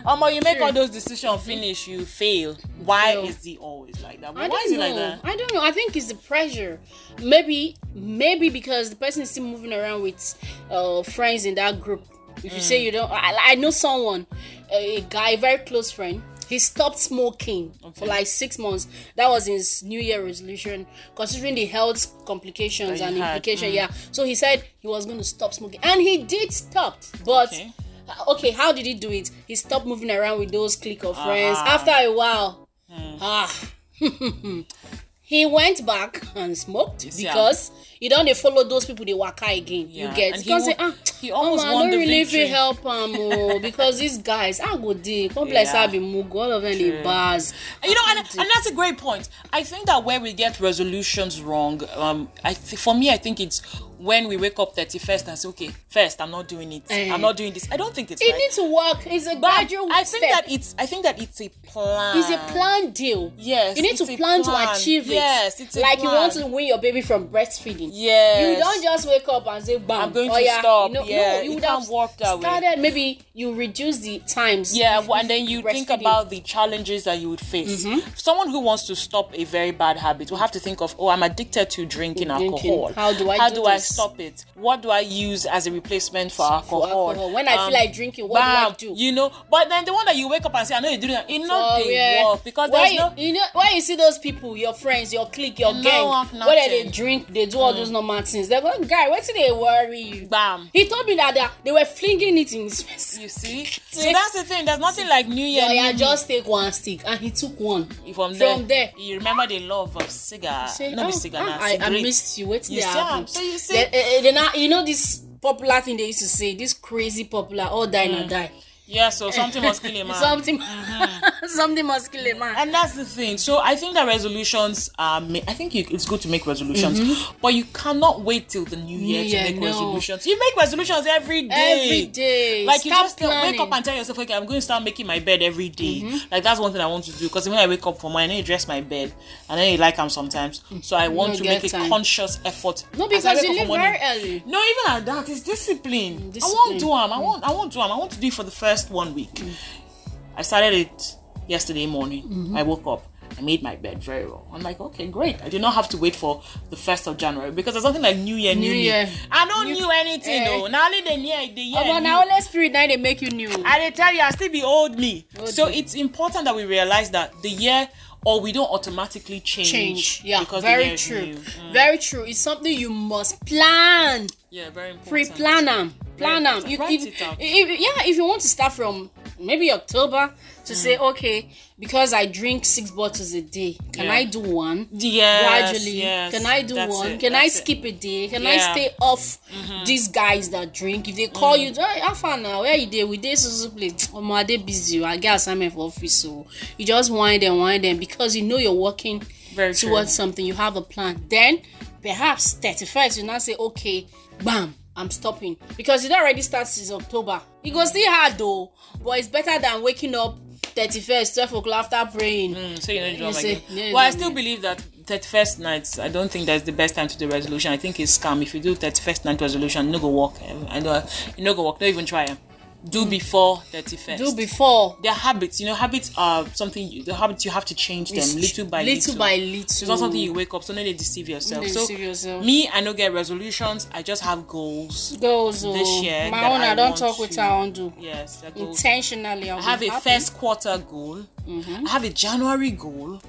[SPEAKER 3] Omo, you make all those decisions, finish, you fail. Why
[SPEAKER 4] Fail.
[SPEAKER 3] is he always like that?
[SPEAKER 4] I
[SPEAKER 3] Why
[SPEAKER 4] don't
[SPEAKER 3] is he
[SPEAKER 4] know.
[SPEAKER 3] like that?
[SPEAKER 4] I don't know. I think it's the pressure. Maybe, maybe because the person is still moving around with uh,
[SPEAKER 3] Mm.
[SPEAKER 4] friends in that group. If you say you don't, I, I know someone, a, a guy, very close friend. he stopped smoking for like six months. That was his New Year resolution, considering the health complications
[SPEAKER 3] he
[SPEAKER 4] and
[SPEAKER 3] had, Mm.
[SPEAKER 4] implication. Yeah, so he said he was going to stop smoking, and he did stop. But
[SPEAKER 3] Okay.
[SPEAKER 4] okay. okay, how did he do it? He stopped moving around with those clique of friends. After a while, ah, [LAUGHS] he went back and smoked
[SPEAKER 3] see, I'm-
[SPEAKER 4] because. You don't they follow those people they waka again.
[SPEAKER 3] Yeah,
[SPEAKER 4] You get
[SPEAKER 3] and
[SPEAKER 4] you
[SPEAKER 3] he
[SPEAKER 4] can't
[SPEAKER 3] wa-
[SPEAKER 4] say ah
[SPEAKER 3] he almost
[SPEAKER 4] omo, I
[SPEAKER 3] won
[SPEAKER 4] don't
[SPEAKER 3] the
[SPEAKER 4] really
[SPEAKER 3] victory."
[SPEAKER 4] fit help am
[SPEAKER 3] [LAUGHS]
[SPEAKER 4] oh, because these guys I go dey complex
[SPEAKER 3] Yeah.
[SPEAKER 4] I be mugu all of them dey bars.
[SPEAKER 3] you know and, and that's a great point i think that where we get resolutions wrong um i th- for me i think it's when we wake up 31st and say okay first i'm not doing it
[SPEAKER 4] Eh.
[SPEAKER 3] i'm not doing this i don't think it's
[SPEAKER 4] It
[SPEAKER 3] right
[SPEAKER 4] needs to work. It's a
[SPEAKER 3] But
[SPEAKER 4] gradual
[SPEAKER 3] i think
[SPEAKER 4] step.
[SPEAKER 3] that it's i think that it's a plan
[SPEAKER 4] it's a planned deal.
[SPEAKER 3] Yes,
[SPEAKER 4] You need to
[SPEAKER 3] it's a
[SPEAKER 4] plan,
[SPEAKER 3] plan.
[SPEAKER 4] to achieve it.
[SPEAKER 3] Yes, it's a
[SPEAKER 4] like you want
[SPEAKER 3] plan.
[SPEAKER 4] to win your baby from breastfeeding.
[SPEAKER 3] Yes.
[SPEAKER 4] You don't just wake up and say, "Bam,
[SPEAKER 3] I'm going to
[SPEAKER 4] oh, yeah.
[SPEAKER 3] stop."
[SPEAKER 4] You know,
[SPEAKER 3] Yeah,
[SPEAKER 4] no, you
[SPEAKER 3] it
[SPEAKER 4] would
[SPEAKER 3] can't
[SPEAKER 4] have
[SPEAKER 3] work that way.
[SPEAKER 4] started. Maybe you reduce the times.
[SPEAKER 3] yeah
[SPEAKER 4] if-
[SPEAKER 3] well, and
[SPEAKER 4] if
[SPEAKER 3] then you think
[SPEAKER 4] breastfeeding.
[SPEAKER 3] about the challenges that you would face
[SPEAKER 4] Mm-hmm.
[SPEAKER 3] someone who wants to stop a very bad habit will have to think of oh i'm addicted to drinking,
[SPEAKER 4] Drinking.
[SPEAKER 3] alcohol
[SPEAKER 4] How do I
[SPEAKER 3] how
[SPEAKER 4] do
[SPEAKER 3] do i
[SPEAKER 4] this?
[SPEAKER 3] stop it what do i use as a replacement for
[SPEAKER 4] For
[SPEAKER 3] alcohol,
[SPEAKER 4] alcohol. When I
[SPEAKER 3] Um,
[SPEAKER 4] feel like drinking, what
[SPEAKER 3] bam,
[SPEAKER 4] do I do?
[SPEAKER 3] you know but then the one that you wake up and say i know you're doing that it not
[SPEAKER 4] Oh,
[SPEAKER 3] they
[SPEAKER 4] yeah.
[SPEAKER 3] work because
[SPEAKER 4] why
[SPEAKER 3] there's
[SPEAKER 4] you,
[SPEAKER 3] no
[SPEAKER 4] you know why you see those people, your friends, your clique, your
[SPEAKER 3] No work,
[SPEAKER 4] gang, whether they
[SPEAKER 3] nothing.
[SPEAKER 4] drink, they do all those normal things. They're going, guy, what's they worry you?
[SPEAKER 3] Mm. bam
[SPEAKER 4] He told me that they, they were flinging it in his face.
[SPEAKER 3] you see so that's the thing there's nothing like new year
[SPEAKER 4] Yeah, yeah,
[SPEAKER 3] new
[SPEAKER 4] just take one stick, and he took one
[SPEAKER 3] me. from,
[SPEAKER 4] from there.
[SPEAKER 3] you remember the love of cigar
[SPEAKER 4] Say,
[SPEAKER 3] not
[SPEAKER 4] "Oh,
[SPEAKER 3] be cigar
[SPEAKER 4] ah,
[SPEAKER 3] na
[SPEAKER 4] I, I
[SPEAKER 3] cigarette."
[SPEAKER 4] missed you. Wait
[SPEAKER 3] You
[SPEAKER 4] till
[SPEAKER 3] see, ah,
[SPEAKER 4] happen.
[SPEAKER 3] so you see-
[SPEAKER 4] Then, eh, eh, then, ah, you know this popular thing they used to say. This crazy popular, all die
[SPEAKER 3] Mm.
[SPEAKER 4] na die.
[SPEAKER 3] yeah so something was killing
[SPEAKER 4] [LAUGHS]
[SPEAKER 3] man
[SPEAKER 4] Something, [LAUGHS] something must kill a man.
[SPEAKER 3] and that's the thing so i think that resolutions are ma- i think you, it's good to make resolutions but you cannot wait till the new year
[SPEAKER 4] Year,
[SPEAKER 3] to make
[SPEAKER 4] Mm-hmm. no.
[SPEAKER 3] resolutions you make resolutions every day
[SPEAKER 4] Every day.
[SPEAKER 3] like you
[SPEAKER 4] Start
[SPEAKER 3] just tell- wake up
[SPEAKER 4] planning. Mm-hmm.
[SPEAKER 3] and tell yourself okay i'm going to start making my bed every day. like that's one thing i want to do because when i wake up for mine i need to dress my bed and then you like them sometimes so i want
[SPEAKER 4] Mm-hmm.
[SPEAKER 3] to
[SPEAKER 4] No get
[SPEAKER 3] make a
[SPEAKER 4] time.
[SPEAKER 3] conscious effort
[SPEAKER 4] No,
[SPEAKER 3] as I
[SPEAKER 4] because
[SPEAKER 3] wake
[SPEAKER 4] you
[SPEAKER 3] up
[SPEAKER 4] leave
[SPEAKER 3] for morning.
[SPEAKER 4] very early.
[SPEAKER 3] No, even at that, it's discipline. I
[SPEAKER 4] Discipline.
[SPEAKER 3] won't do them. I won't. I won't do them. I want to do it for the first one week. I started it yesterday morning.
[SPEAKER 4] Mm-hmm.
[SPEAKER 3] I woke up. I made my bed very well. I'm like, okay, great. I did not have to wait for the first of January because there's nothing like New Year, New,
[SPEAKER 4] New
[SPEAKER 3] Me.
[SPEAKER 4] Year.
[SPEAKER 3] I don't knew anything
[SPEAKER 4] Eh.
[SPEAKER 3] though. Now only the year, the year.
[SPEAKER 4] Omo,
[SPEAKER 3] new.
[SPEAKER 4] na Holy Spirit now they make you new.
[SPEAKER 3] I dey tell you, I still be old me.
[SPEAKER 4] Old
[SPEAKER 3] so
[SPEAKER 4] me.
[SPEAKER 3] it's important that we realize that the year, or we don't automatically change.
[SPEAKER 4] change. Yeah,
[SPEAKER 3] because the year
[SPEAKER 4] very
[SPEAKER 3] is
[SPEAKER 4] true.
[SPEAKER 3] new. Mm.
[SPEAKER 4] Very true. It's something you must plan.
[SPEAKER 3] Yeah, very important.
[SPEAKER 4] Pre-plan them. Plan
[SPEAKER 3] Very
[SPEAKER 4] them. You,
[SPEAKER 3] important. Write
[SPEAKER 4] if,
[SPEAKER 3] it out.
[SPEAKER 4] if- yeah, if you want to start from maybe October to say,
[SPEAKER 3] Mm.
[SPEAKER 4] okay, because I drink six bottles a day, can
[SPEAKER 3] Yeah.
[SPEAKER 4] I do one?
[SPEAKER 3] Yes,
[SPEAKER 4] Gradually,
[SPEAKER 3] yes,
[SPEAKER 4] can I do
[SPEAKER 3] that's
[SPEAKER 4] one?
[SPEAKER 3] it,
[SPEAKER 4] can I
[SPEAKER 3] that's it.
[SPEAKER 4] skip a day? Can
[SPEAKER 3] Yeah. Mm-hmm.
[SPEAKER 4] I stay off these guys that drink? If they call you,
[SPEAKER 3] Mm.
[SPEAKER 4] hey, how far now? Where you there? We did so place. Oh my, they busy. I get assignment for office, so you just wind and wind them because you know you're working
[SPEAKER 3] Very true.
[SPEAKER 4] towards something. You have a plan. Then perhaps thirty first, you now say, okay, bam. I'm stopping because it already starts since October. It goes still hard though, but it's better than waking up 31st, 12 o'clock after praying.
[SPEAKER 3] Mm, so you don't do
[SPEAKER 4] You
[SPEAKER 3] them
[SPEAKER 4] see,
[SPEAKER 3] again.
[SPEAKER 4] yeah, you
[SPEAKER 3] well, I
[SPEAKER 4] don't
[SPEAKER 3] still
[SPEAKER 4] do
[SPEAKER 3] believe that 31st nights, I don't think that's the best time to do resolution. I think it's scam. If you do 31st night resolution, no go work. Um, I know, you no go work. Don't even try. am. Do before 31st.
[SPEAKER 4] Mm. Do before.
[SPEAKER 3] They're habits. You know, habits are something, you, the habits you have to change them little by little.
[SPEAKER 4] by little.
[SPEAKER 3] It's not something you wake up, so no, they deceive yourself.
[SPEAKER 4] They
[SPEAKER 3] so,
[SPEAKER 4] deceive yourself.
[SPEAKER 3] me, I don't get resolutions. I just have goals.
[SPEAKER 4] goals oh,
[SPEAKER 3] this year
[SPEAKER 4] my
[SPEAKER 3] that
[SPEAKER 4] own
[SPEAKER 3] I
[SPEAKER 4] i don
[SPEAKER 3] want
[SPEAKER 4] talk with
[SPEAKER 3] to-
[SPEAKER 4] her on do
[SPEAKER 3] Yes, they're goals.
[SPEAKER 4] intentionally
[SPEAKER 3] I have a first quarter goal.
[SPEAKER 4] Mm-hmm.
[SPEAKER 3] I have a January goal.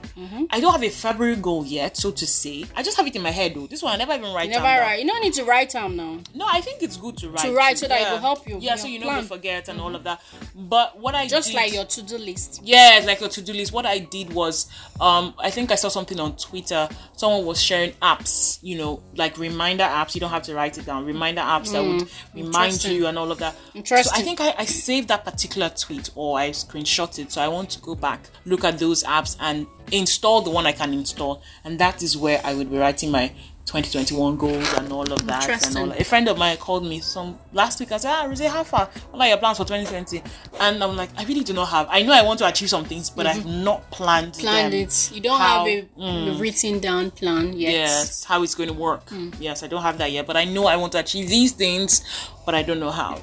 [SPEAKER 3] I don't have a February goal yet, so to say. I just have it in my head though. This one I never even write.
[SPEAKER 4] never
[SPEAKER 3] down.
[SPEAKER 4] write you no need to write am now
[SPEAKER 3] No, I think it's good to write.
[SPEAKER 4] write
[SPEAKER 3] too.
[SPEAKER 4] so that it will help you
[SPEAKER 3] Yeah,
[SPEAKER 4] with
[SPEAKER 3] so
[SPEAKER 4] your
[SPEAKER 3] you know you
[SPEAKER 4] plan. Mm-hmm.
[SPEAKER 3] forget and all of that. But what I
[SPEAKER 4] just
[SPEAKER 3] did-
[SPEAKER 4] like your to-do list
[SPEAKER 3] Yes, like your to-do list. What I did was, um, I think I saw something on Twitter. Someone was sharing apps, you know, like reminder apps. You don't have to write it down. Reminder apps that would remind
[SPEAKER 4] Hmm, Interesting.
[SPEAKER 3] you and all of that. So I
[SPEAKER 4] Interesting.
[SPEAKER 3] think I, I saved that particular tweet or I screenshotted. So I want to go back, look at those apps, and install the one I can install. And that is where I would be writing my. 2021 goals and all of that and all.
[SPEAKER 4] Interesting.
[SPEAKER 3] A friend of mine called me some last week and said, Ah, Rosé, how far? What are your plans for 2020? And I'm like, I really do not have. I know I want to achieve some things, but I've not planned
[SPEAKER 4] plan
[SPEAKER 3] them.
[SPEAKER 4] Mm-hmm. it you don't
[SPEAKER 3] How- mm,
[SPEAKER 4] have a written down plan yet
[SPEAKER 3] Yes, how it's going to work.
[SPEAKER 4] Mm.
[SPEAKER 3] Yes, I don't have that yet, but I know I want to achieve these things, but I don't know how.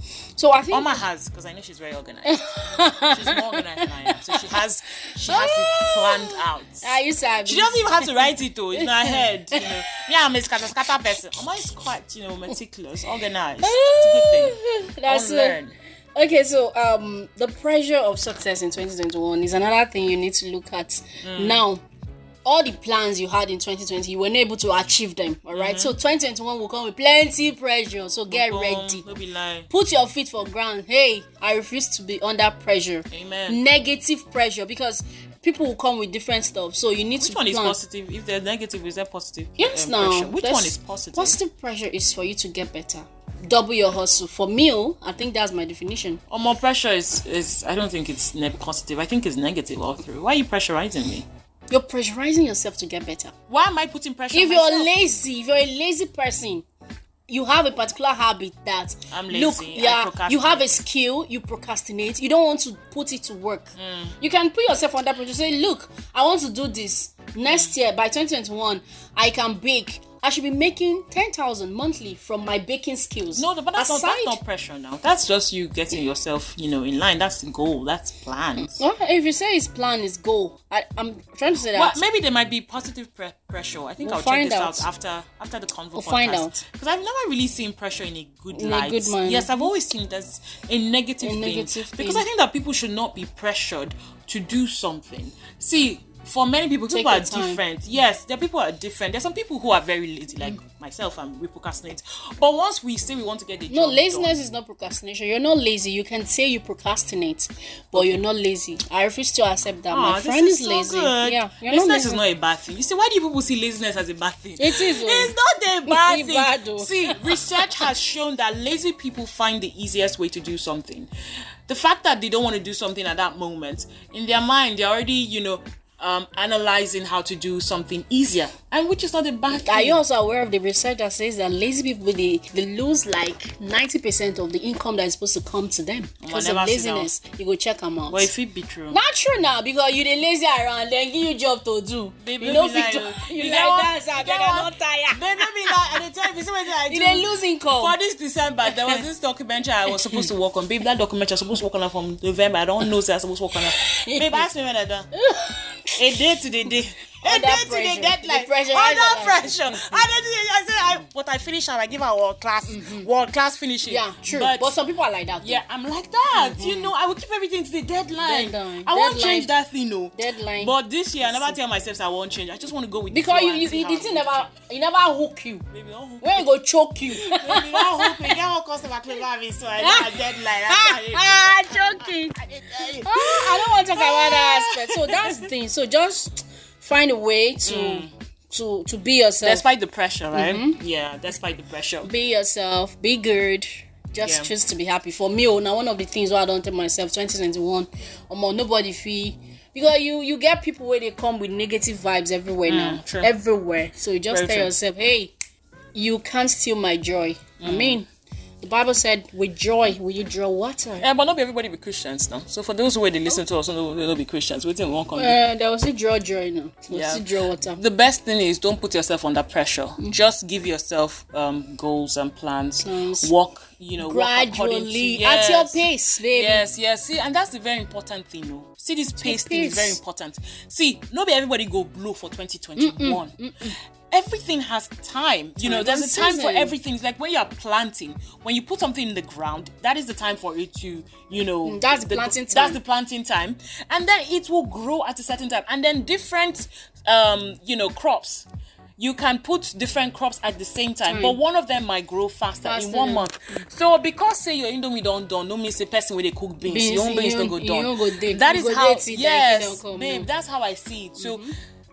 [SPEAKER 4] so i think [LAUGHS]
[SPEAKER 3] Oma has, because I know she's very organized. she's more organized than I am, so she has she has it planned out.
[SPEAKER 4] [LAUGHS] i used to have
[SPEAKER 3] She doesn't even have to write it though in her head. You
[SPEAKER 4] [LAUGHS]
[SPEAKER 3] know, yeah, I'm a scatter scatter
[SPEAKER 4] [LAUGHS]
[SPEAKER 3] person. Oma is quite you know meticulous, organized. It's a good thing.
[SPEAKER 4] that's it
[SPEAKER 3] Unlearn.
[SPEAKER 4] Okay, so um, the pressure of success in 2021 is another thing you need to look at
[SPEAKER 3] Mm.
[SPEAKER 4] now. All the plans you had in 2020, you were not able to achieve them. All
[SPEAKER 3] Mm-hmm.
[SPEAKER 4] right? so 2021 will come with plenty pressure. So get ready.
[SPEAKER 3] Don't be lying.
[SPEAKER 4] Put your feet for ground. Hey, I refuse to be under pressure.
[SPEAKER 3] Amen.
[SPEAKER 4] Negative pressure because people will come with different stuff. So you need
[SPEAKER 3] Which
[SPEAKER 4] to
[SPEAKER 3] one is
[SPEAKER 4] plan.
[SPEAKER 3] positive? If there's negative, is there positive?
[SPEAKER 4] Yes,
[SPEAKER 3] impression?
[SPEAKER 4] now.
[SPEAKER 3] Which
[SPEAKER 4] that's-
[SPEAKER 3] one is positive?
[SPEAKER 4] Positive pressure is for you to get better. Double your hustle. For me, oh, I think that's my definition.
[SPEAKER 3] Or Um, more pressure is, is I don't think it's ne- positive. I think it's negative all through. Why are you pressurizing me?
[SPEAKER 4] You're pressurizing yourself to get better.
[SPEAKER 3] Why am I putting pressure?
[SPEAKER 4] if
[SPEAKER 3] on
[SPEAKER 4] you're
[SPEAKER 3] myself?
[SPEAKER 4] lazy, if you're a lazy person, you have a particular habit that
[SPEAKER 3] I'm
[SPEAKER 4] look,
[SPEAKER 3] lazy, I
[SPEAKER 4] yeah, you
[SPEAKER 3] procrastinate.
[SPEAKER 4] have a skill, you procrastinate, you don't want to put it to work.
[SPEAKER 3] Mm.
[SPEAKER 4] You can put yourself under pressure. Say, look, I want to do this next year by 2021. I can bake. I should be making ten thousand monthly from my baking skills.
[SPEAKER 3] No, but that's not,
[SPEAKER 4] Aside-
[SPEAKER 3] that's not pressure now. That's just you getting yourself, you know, in line. That's the goal. That's plans.
[SPEAKER 4] Well, if you say his plan is go, I, I'm trying to say that.
[SPEAKER 3] Well, maybe there might be positive pre- pressure. I think
[SPEAKER 4] We'll
[SPEAKER 3] I'll check
[SPEAKER 4] find
[SPEAKER 3] this out,
[SPEAKER 4] out.
[SPEAKER 3] after after the convo
[SPEAKER 4] We'll find out.
[SPEAKER 3] because I've never really seen pressure in a good
[SPEAKER 4] In a
[SPEAKER 3] light.
[SPEAKER 4] good man.
[SPEAKER 3] Yes, I've always seen it as a negative
[SPEAKER 4] A
[SPEAKER 3] thing
[SPEAKER 4] negative
[SPEAKER 3] because
[SPEAKER 4] thing.
[SPEAKER 3] I think that people should not be pressured to do something. See, for many people,
[SPEAKER 4] Take
[SPEAKER 3] people are
[SPEAKER 4] your time.
[SPEAKER 3] different. Yes, there are people are different. There's some people who are very lazy, like
[SPEAKER 4] Mm.
[SPEAKER 3] myself. I'm we procrastinate, but once we say we want to get the
[SPEAKER 4] no,
[SPEAKER 3] job
[SPEAKER 4] laziness
[SPEAKER 3] done,
[SPEAKER 4] is not procrastination. You're not lazy. You can say you procrastinate, but you're not lazy. I refuse to accept that.
[SPEAKER 3] Aw,
[SPEAKER 4] My
[SPEAKER 3] Ah, this
[SPEAKER 4] friend is,
[SPEAKER 3] so
[SPEAKER 4] lazy.
[SPEAKER 3] good.
[SPEAKER 4] Yeah, you're not
[SPEAKER 3] laziness
[SPEAKER 4] lazy.
[SPEAKER 3] is not a bad thing. You see, why do people see laziness as a bad thing?
[SPEAKER 4] It is, oh.
[SPEAKER 3] It's
[SPEAKER 4] [LAUGHS]
[SPEAKER 3] not a bad
[SPEAKER 4] It's
[SPEAKER 3] thing.
[SPEAKER 4] bad, oh. [LAUGHS]
[SPEAKER 3] see, research has shown that lazy people find the easiest way to do something. The fact that they don't want to do something at that moment, in their mind, they're already, you know, um, analyzing how to do something easier, and which is not a bad thing.
[SPEAKER 4] Are you also aware of the research that says that lazy people they, they lose like ninety percent of the income that is supposed to come to them because of
[SPEAKER 3] never see that
[SPEAKER 4] laziness? You go check them out.
[SPEAKER 3] But if it be true.
[SPEAKER 4] not true now because you dey lazy around then give you job to do
[SPEAKER 3] Baby,
[SPEAKER 4] you
[SPEAKER 3] no
[SPEAKER 4] no fit do you like dance abeg i no tire
[SPEAKER 3] Baby, me like, and they tell me, see what I do.
[SPEAKER 4] [LAUGHS] you dey lose income
[SPEAKER 3] for this December, there was this documentary I was supposed to work on. Babe, that documentary I was supposed to work on am from November. I don't know say I supposed to work on am. Babe, ask me when I done. A day to the day. A
[SPEAKER 4] Under
[SPEAKER 3] day to the
[SPEAKER 4] pressure.
[SPEAKER 3] deadline.
[SPEAKER 4] The pressure
[SPEAKER 3] Under
[SPEAKER 4] is
[SPEAKER 3] pressure. And then I say, I, but I finish and I give her world class, world class finishing.
[SPEAKER 4] [LAUGHS] Mm-hmm. yeah true but, some people are like that
[SPEAKER 3] Yeah, I'm like that. You know, I will keep everything to the deadline.
[SPEAKER 4] Deadline.
[SPEAKER 3] I won't
[SPEAKER 4] Deadline.
[SPEAKER 3] change that thing, no.
[SPEAKER 4] Deadline.
[SPEAKER 3] But this year, I never tell myself say I won't change. I just want to go with the
[SPEAKER 4] because
[SPEAKER 3] flow
[SPEAKER 4] you
[SPEAKER 3] and
[SPEAKER 4] you
[SPEAKER 3] see
[SPEAKER 4] you
[SPEAKER 3] how
[SPEAKER 4] the
[SPEAKER 3] it
[SPEAKER 4] thing
[SPEAKER 3] goes.
[SPEAKER 4] never e never hook you
[SPEAKER 3] Baby, don't hook
[SPEAKER 4] when e go choke you
[SPEAKER 3] Baby, don't hook me. Get one customer clever me, so I know a deadline.
[SPEAKER 4] [LAUGHS] ah
[SPEAKER 3] [LAUGHS] I
[SPEAKER 4] ah
[SPEAKER 3] [LAUGHS]
[SPEAKER 4] choking ah
[SPEAKER 3] can't-
[SPEAKER 4] i don wan talk about that aspect so that's the thing so just find a way to
[SPEAKER 3] Mm.
[SPEAKER 4] to to be yourself
[SPEAKER 3] Despite the pressure, right? Yeah, despite the pressure.
[SPEAKER 4] be yourself be good just
[SPEAKER 3] Yeah.
[SPEAKER 4] choose to be happy for me oh na one of the things wey i don tell myself 2021 omo nobody fit because you you get people wey dey come with negative vibes everywhere now
[SPEAKER 3] Mm, true.
[SPEAKER 4] everywhere so you just
[SPEAKER 3] Very
[SPEAKER 4] tell
[SPEAKER 3] true.
[SPEAKER 4] yourself hey you can't steal my joy
[SPEAKER 3] Mm.
[SPEAKER 4] i mean the bible said with joy will you draw water
[SPEAKER 3] Yeah, Eh, but not be everybody be Christians now. So for those who they listen to us, no, they don't be Christians. We didn't want to
[SPEAKER 4] uh, there was still draw joy now there was
[SPEAKER 3] Yeah.
[SPEAKER 4] still draw water
[SPEAKER 3] The best thing is don't put yourself under pressure. Just give yourself um, goals and plans.
[SPEAKER 4] Plans.
[SPEAKER 3] Walk, you know, walk according to,
[SPEAKER 4] gradually at your
[SPEAKER 3] Yes.
[SPEAKER 4] pace baby
[SPEAKER 3] Yes, yes. See, and that's the very important thing, no. See, this pace thing is
[SPEAKER 4] pace.
[SPEAKER 3] very important. See, nobody everybody go blow for 2021. Everything has time. You know,
[SPEAKER 4] Time
[SPEAKER 3] there's
[SPEAKER 4] and
[SPEAKER 3] a time for
[SPEAKER 4] season.
[SPEAKER 3] everything. It's like when you are planting, when you put something in the ground, that is the time for it to, you know,
[SPEAKER 4] Mm, that's the planting
[SPEAKER 3] That's
[SPEAKER 4] time.
[SPEAKER 3] the planting time, and then it will grow at a certain time, and then different, um, you know, crops. You can put different crops at the same time, but one of them might grow faster, in
[SPEAKER 4] Mm. Faster
[SPEAKER 3] one
[SPEAKER 4] than-
[SPEAKER 3] month. So because say your indomie don't done, no mean say person where they cook beans beans,
[SPEAKER 4] Beans,
[SPEAKER 3] your own beans
[SPEAKER 4] you
[SPEAKER 3] don't
[SPEAKER 4] don't-
[SPEAKER 3] go
[SPEAKER 4] you
[SPEAKER 3] down.
[SPEAKER 4] don't go dig,
[SPEAKER 3] That
[SPEAKER 4] you
[SPEAKER 3] is
[SPEAKER 4] go
[SPEAKER 3] how,
[SPEAKER 4] dirty, then you
[SPEAKER 3] yes,
[SPEAKER 4] don't come, Mm-hmm.
[SPEAKER 3] babe.
[SPEAKER 4] no.
[SPEAKER 3] That's how I see it. So.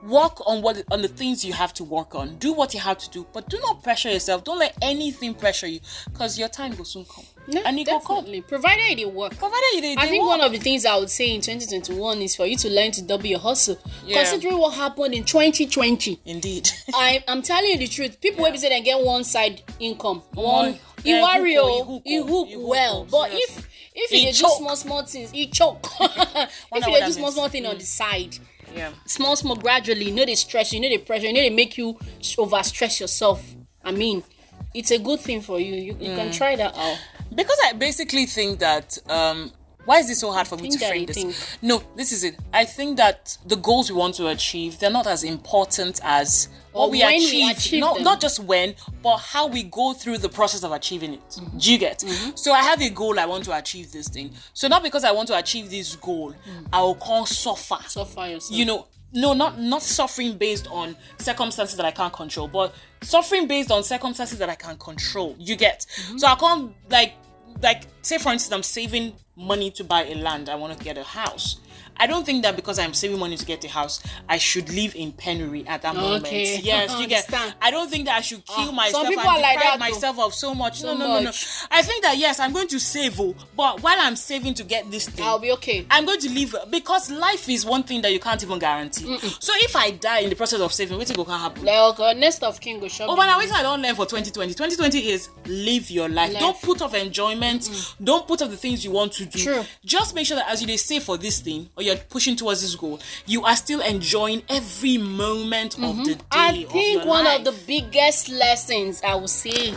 [SPEAKER 3] Work on what on the things you have to work on. Do what you have to do, but do not pressure yourself. Don't let anything pressure you, cause your time will soon come,
[SPEAKER 4] No,
[SPEAKER 3] and it will come.
[SPEAKER 4] definitely provided it dey work
[SPEAKER 3] Provided you did
[SPEAKER 4] I think one of the things I would say in 2021 is for you to learn to double your hustle.
[SPEAKER 3] Yeah.
[SPEAKER 4] Considering what happened in 2020,
[SPEAKER 3] indeed.
[SPEAKER 4] [LAUGHS] I, I'm telling you the truth. People will be saying they get one side income, one
[SPEAKER 3] yeah,
[SPEAKER 4] you worry,
[SPEAKER 3] hook oh,
[SPEAKER 4] oh,
[SPEAKER 3] you
[SPEAKER 4] you
[SPEAKER 3] hook oh,
[SPEAKER 4] hook
[SPEAKER 3] you hook
[SPEAKER 4] well.
[SPEAKER 3] oh,
[SPEAKER 4] But
[SPEAKER 3] seriously.
[SPEAKER 4] if if
[SPEAKER 3] He
[SPEAKER 4] you dey do
[SPEAKER 3] choke.
[SPEAKER 4] small small things, you choke. [LAUGHS] if you
[SPEAKER 3] Wonder
[SPEAKER 4] dey
[SPEAKER 3] what
[SPEAKER 4] do
[SPEAKER 3] that
[SPEAKER 4] small
[SPEAKER 3] means.
[SPEAKER 4] small
[SPEAKER 3] Hmm.
[SPEAKER 4] thing on the side,
[SPEAKER 3] yeah,
[SPEAKER 4] small small gradually, you know they stress, you you know they pressure, you know they make you over stress yourself. I mean,
[SPEAKER 3] Hmm.
[SPEAKER 4] it's a good thing for you. You, you can try that out.
[SPEAKER 3] because I basically think that um, Why is this so hard for me
[SPEAKER 4] Think
[SPEAKER 3] to
[SPEAKER 4] that
[SPEAKER 3] frame
[SPEAKER 4] you
[SPEAKER 3] this?
[SPEAKER 4] think.
[SPEAKER 3] No, this is it. I think that the goals we want to achieve, they're not as important as what
[SPEAKER 4] Or
[SPEAKER 3] we
[SPEAKER 4] when we
[SPEAKER 3] achieve.
[SPEAKER 4] achieve
[SPEAKER 3] not,
[SPEAKER 4] them.
[SPEAKER 3] not just when, but how we go through the process of achieving it.
[SPEAKER 4] Mm-hmm.
[SPEAKER 3] Do you get? So I have a goal, I want to achieve this thing. So not because I want to achieve this goal, I will call suffer.
[SPEAKER 4] Mm. Suffer yourself.
[SPEAKER 3] You know, no, not not suffering based on circumstances that I can't control, but suffering based on circumstances that I can control. You get?
[SPEAKER 4] Mm-hmm.
[SPEAKER 3] So I can't like like say for instance I'm saving money to buy a land, I want to get a house. I don't think that because I'm saving money to get a house, I should live in penury at that moment.
[SPEAKER 4] Okay. [LAUGHS]
[SPEAKER 3] Yes, you get.
[SPEAKER 4] Understand.
[SPEAKER 3] I don't think that I should kill
[SPEAKER 4] Ah, some
[SPEAKER 3] myself
[SPEAKER 4] people
[SPEAKER 3] and
[SPEAKER 4] are like
[SPEAKER 3] deprive
[SPEAKER 4] that, though.
[SPEAKER 3] myself of so much. No,
[SPEAKER 4] So
[SPEAKER 3] no, no, no.
[SPEAKER 4] much.
[SPEAKER 3] I think that yes, I'm going to save, oh, but while I'm saving to get this thing,
[SPEAKER 4] I'll be okay.
[SPEAKER 3] I'm going to leave because life is one thing that you can't even guarantee. So if I die in the process of saving, what's going to happen?
[SPEAKER 4] Like, okay, next of king go shop.
[SPEAKER 3] Oh, but now wait, I don't learn for 2020. 2020 is live your life.
[SPEAKER 4] Life.
[SPEAKER 3] Don't put off enjoyment. Don't put off the things you want to do.
[SPEAKER 4] Mm. True.
[SPEAKER 3] Just make sure that as you they say for this thing or you're pushing towards this goal, you are still enjoying every moment of the day.
[SPEAKER 4] Mm-hmm. I think
[SPEAKER 3] of your
[SPEAKER 4] one
[SPEAKER 3] life.
[SPEAKER 4] of the biggest lessons I would say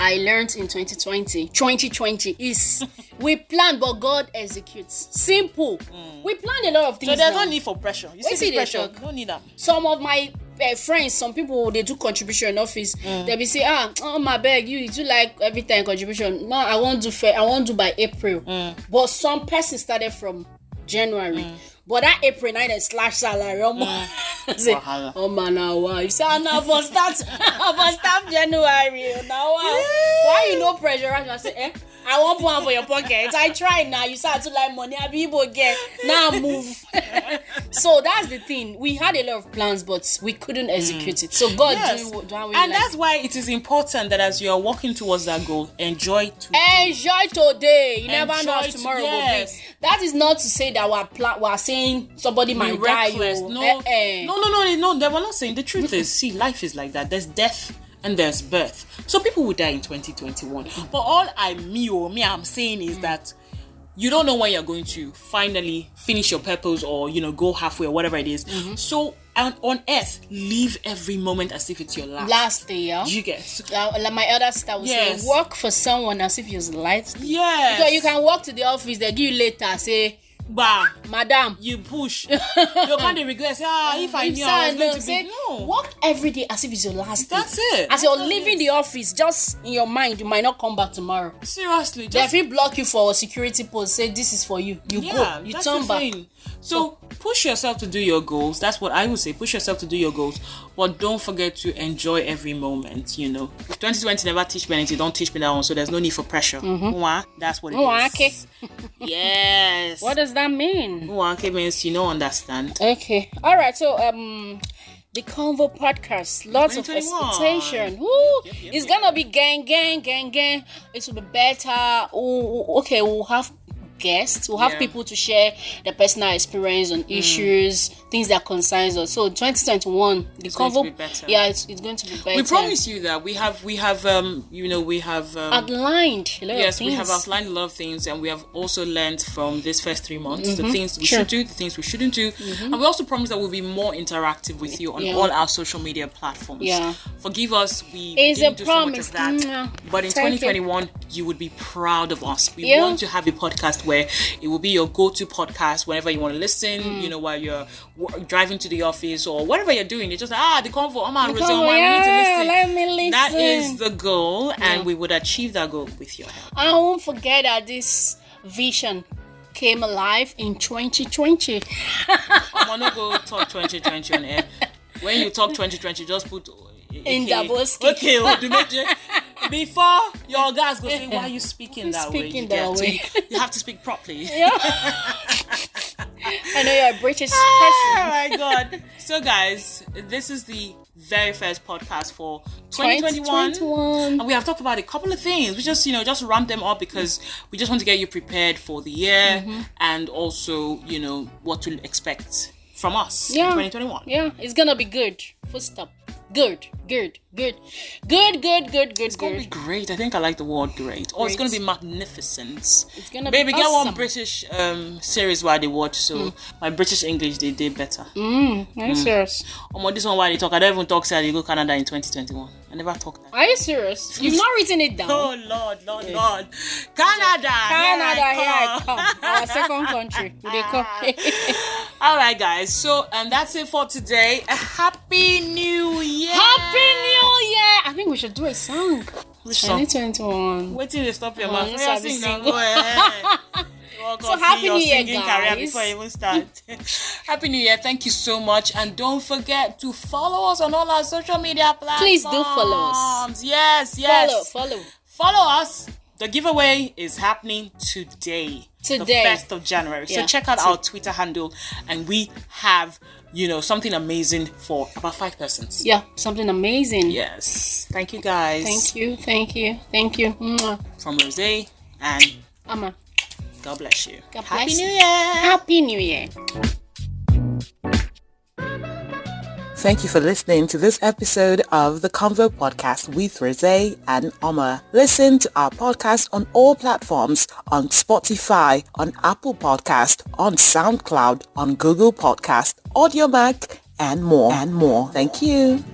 [SPEAKER 4] I learned in 2020, 2020 is we plan but God executes. Simple. We plan a lot of things.
[SPEAKER 3] Mm. So there's
[SPEAKER 4] now.
[SPEAKER 3] no need for pressure. You
[SPEAKER 4] Wait
[SPEAKER 3] see
[SPEAKER 4] till
[SPEAKER 3] the
[SPEAKER 4] they
[SPEAKER 3] pressure.
[SPEAKER 4] shock.
[SPEAKER 3] No need am.
[SPEAKER 4] some of my uh, friends some people dey do contribution in office dem be say ah oh my beg you you do like every time contribution no i wan do fair i wan do by april but some person started from january but that april na dem slash salary omo [LAUGHS] say "Oh,
[SPEAKER 3] Wahala.
[SPEAKER 4] omo na why you say ah na for start [LAUGHS] na for start january o na why why you no pressurize me i say eh i wan put am for your pocket i try na you say i too like money abi igbo girl now move. [LAUGHS] so that's the thing we had a lot of plans but we couldn't execute it so
[SPEAKER 3] [LAUGHS]
[SPEAKER 4] god
[SPEAKER 3] Mm. Yes.
[SPEAKER 4] do, do how we
[SPEAKER 3] and
[SPEAKER 4] like.
[SPEAKER 3] that's why it is important that as you are walking towards that goal, enjoy to
[SPEAKER 4] Eh, enjoy today you never know how
[SPEAKER 3] Enjoy
[SPEAKER 4] tomorrow
[SPEAKER 3] to- yes.
[SPEAKER 4] will be that is not to say that we're pla- we're saying somebody
[SPEAKER 3] be
[SPEAKER 4] might
[SPEAKER 3] reckless.
[SPEAKER 4] die oh.
[SPEAKER 3] No,
[SPEAKER 4] Eh-eh.
[SPEAKER 3] no, no, no, no. They were not saying the truth is, see, life is like that. There's death and there's birth. So people will die in 2021. But all I me or me I'm saying
[SPEAKER 4] Hmm.
[SPEAKER 3] is that you don't know when you're going to finally finish your purpose or you know go halfway or whatever it is.
[SPEAKER 4] Mm-hmm.
[SPEAKER 3] So and on earth, live every moment as if it's your last.
[SPEAKER 4] last year
[SPEAKER 3] You get.
[SPEAKER 4] uh, like my elder sister would
[SPEAKER 3] Yes.
[SPEAKER 4] say work for someone as if it's light
[SPEAKER 3] Yes.
[SPEAKER 4] because you can walk to the office they give you later say
[SPEAKER 3] Bah.
[SPEAKER 4] madam
[SPEAKER 3] You
[SPEAKER 4] [LAUGHS]
[SPEAKER 3] push. you can't dey regret. Say, ah, if I
[SPEAKER 4] if
[SPEAKER 3] knew
[SPEAKER 4] sir,
[SPEAKER 3] I was
[SPEAKER 4] no,
[SPEAKER 3] going to
[SPEAKER 4] say,
[SPEAKER 3] be no.
[SPEAKER 4] work every day as if it's your last day.
[SPEAKER 3] That's it.
[SPEAKER 4] as you're leaving the office just in your mind you might not come back tomorrow
[SPEAKER 3] Seriously,
[SPEAKER 4] They
[SPEAKER 3] just
[SPEAKER 4] fit block you for security post say this is for you you go you
[SPEAKER 3] that's
[SPEAKER 4] turn
[SPEAKER 3] the
[SPEAKER 4] back
[SPEAKER 3] thing. So push yourself to do your goals. That's what I would say. Push yourself to do your goals, but don't forget to enjoy every moment. You know, if 2020 never teach me anything. Don't teach me that one. So there's no need for pressure. Mwah, that's what it is.
[SPEAKER 4] Mm-hmm. Mwah, okay.
[SPEAKER 3] [LAUGHS] yes.
[SPEAKER 4] what does that mean
[SPEAKER 3] Mwah, okay means you don't understand.
[SPEAKER 4] okay all right so um the convo podcast lots of
[SPEAKER 3] 2021.
[SPEAKER 4] expectation Woo!
[SPEAKER 3] yep, yep,
[SPEAKER 4] it's
[SPEAKER 3] yep.
[SPEAKER 4] gonna be gang gang gang gang it will be better Ooh, okay we'll have guests we'll have
[SPEAKER 3] Yeah. Mm.
[SPEAKER 4] people to share their personal experience on issues things that concerns us so 2021
[SPEAKER 3] going to
[SPEAKER 4] the convo
[SPEAKER 3] be better.
[SPEAKER 4] yeah it's, it's going to be better
[SPEAKER 3] We promise you that we have we have um you know we have um,
[SPEAKER 4] outlined a lot of
[SPEAKER 3] yes we have
[SPEAKER 4] things.
[SPEAKER 3] outlined a lot of things and we have also learned from these first three months the things we
[SPEAKER 4] Mm-hmm. Sure. Mm-hmm.
[SPEAKER 3] should do the things we shouldn't do and we also promise that we'll be more interactive with you on
[SPEAKER 4] Yeah.
[SPEAKER 3] all our social media platforms
[SPEAKER 4] Yeah.
[SPEAKER 3] forgive us we
[SPEAKER 4] It's
[SPEAKER 3] didn't
[SPEAKER 4] a
[SPEAKER 3] do
[SPEAKER 4] promise.
[SPEAKER 3] so much of that
[SPEAKER 4] Mwah.
[SPEAKER 3] but in
[SPEAKER 4] Thank you.
[SPEAKER 3] 2021 you would be proud of us we
[SPEAKER 4] Yeah.
[SPEAKER 3] want to have a podcast where it will be your go-to podcast whenever you want to listen
[SPEAKER 4] Mm.
[SPEAKER 3] you know while you're w- driving to the office or whatever you're doing it's just ah the convo I'm on
[SPEAKER 4] The
[SPEAKER 3] Roselle,
[SPEAKER 4] convo,
[SPEAKER 3] I
[SPEAKER 4] yeah,
[SPEAKER 3] need to
[SPEAKER 4] let me
[SPEAKER 3] that is
[SPEAKER 4] listen.
[SPEAKER 3] the goal and we would achieve that goal with your help
[SPEAKER 4] I won't forget that this vision came alive in 2020.
[SPEAKER 3] I'm gonna go talk 2020 on air. When you talk 2020, just put oh,
[SPEAKER 4] In Davos.
[SPEAKER 3] Okay, well, the major- before your guys go say, why are you speaking that way?
[SPEAKER 4] speaking
[SPEAKER 3] You get
[SPEAKER 4] that
[SPEAKER 3] to-
[SPEAKER 4] way.
[SPEAKER 3] [LAUGHS] you have to speak
[SPEAKER 4] [LAUGHS]
[SPEAKER 3] properly.
[SPEAKER 4] [LAUGHS] I know you're a British person.
[SPEAKER 3] Oh my god! So, guys, this is the very first podcast for 2021.
[SPEAKER 4] 2021.
[SPEAKER 3] And we have talked about a couple of things. We just, you know, just ramp them up because we just want to get you prepared for the year
[SPEAKER 4] Mm-hmm.
[SPEAKER 3] and also, you know, what to expect from us
[SPEAKER 4] Yeah.
[SPEAKER 3] in 2021.
[SPEAKER 4] Yeah, it's gonna be good. Full stop. Good, good, good, good, good, good, good,
[SPEAKER 3] It's gonna be
[SPEAKER 4] good.
[SPEAKER 3] great. I think I like the word great. Or it's gonna
[SPEAKER 4] Great.
[SPEAKER 3] be magnificent. It's
[SPEAKER 4] gonna be
[SPEAKER 3] Baby, get one
[SPEAKER 4] awesome. Hmm.
[SPEAKER 3] British um series where they watch, so my British English they did better.
[SPEAKER 4] Are you serious?
[SPEAKER 3] Omo, this one why they talk. I don't even talk say I dey go Canada in 2021. I never talk that.
[SPEAKER 4] Are you serious? You've not written it down.
[SPEAKER 3] Oh Lord, Lord, Lord, Canada,
[SPEAKER 4] Canada, here I
[SPEAKER 3] come.
[SPEAKER 4] come.
[SPEAKER 3] [LAUGHS]
[SPEAKER 4] Our second country. They come. [LAUGHS]
[SPEAKER 3] All right, guys. So um, that's it for today. A happy New Year.
[SPEAKER 4] Happy New Year! I think we should do a song.
[SPEAKER 3] Which song?
[SPEAKER 4] 2021.
[SPEAKER 3] Wait till they stop your
[SPEAKER 4] Oh,
[SPEAKER 3] mouth.
[SPEAKER 4] you
[SPEAKER 3] Oya,
[SPEAKER 4] sabi
[SPEAKER 3] sing now.
[SPEAKER 4] sing.
[SPEAKER 3] Go ahead. [LAUGHS] Work
[SPEAKER 4] So
[SPEAKER 3] up
[SPEAKER 4] happy
[SPEAKER 3] your
[SPEAKER 4] New Year,
[SPEAKER 3] singing career
[SPEAKER 4] guys.
[SPEAKER 3] before you even start. [LAUGHS] happy New Year. Thank you so much. And don't forget to follow us on all our social media platforms.
[SPEAKER 4] Please do follow us.
[SPEAKER 3] Yes,
[SPEAKER 4] Follow,
[SPEAKER 3] yes.
[SPEAKER 4] follow.
[SPEAKER 3] Follow us. The giveaway is happening today.
[SPEAKER 4] Today.
[SPEAKER 3] The 1st of January. So
[SPEAKER 4] Yeah.
[SPEAKER 3] check out our Twitter handle and we have, you know, something amazing for about five persons.
[SPEAKER 4] Yeah, something amazing.
[SPEAKER 3] Yes. Thank you guys.
[SPEAKER 4] Thank you, thank you, thank you. Mwah.
[SPEAKER 3] From Rose and
[SPEAKER 4] Amma,
[SPEAKER 3] God bless you.
[SPEAKER 4] God
[SPEAKER 3] Happy
[SPEAKER 4] bless
[SPEAKER 3] New
[SPEAKER 4] you.
[SPEAKER 3] Year.
[SPEAKER 4] Happy New Year.
[SPEAKER 2] Thank you for listening to this episode of the Convo Podcast with Rosé and Oma. Listen to our podcast on all platforms, on Spotify, on Apple Podcast, on SoundCloud, on Google Podcast, AudioMac, and more. And more. Thank you.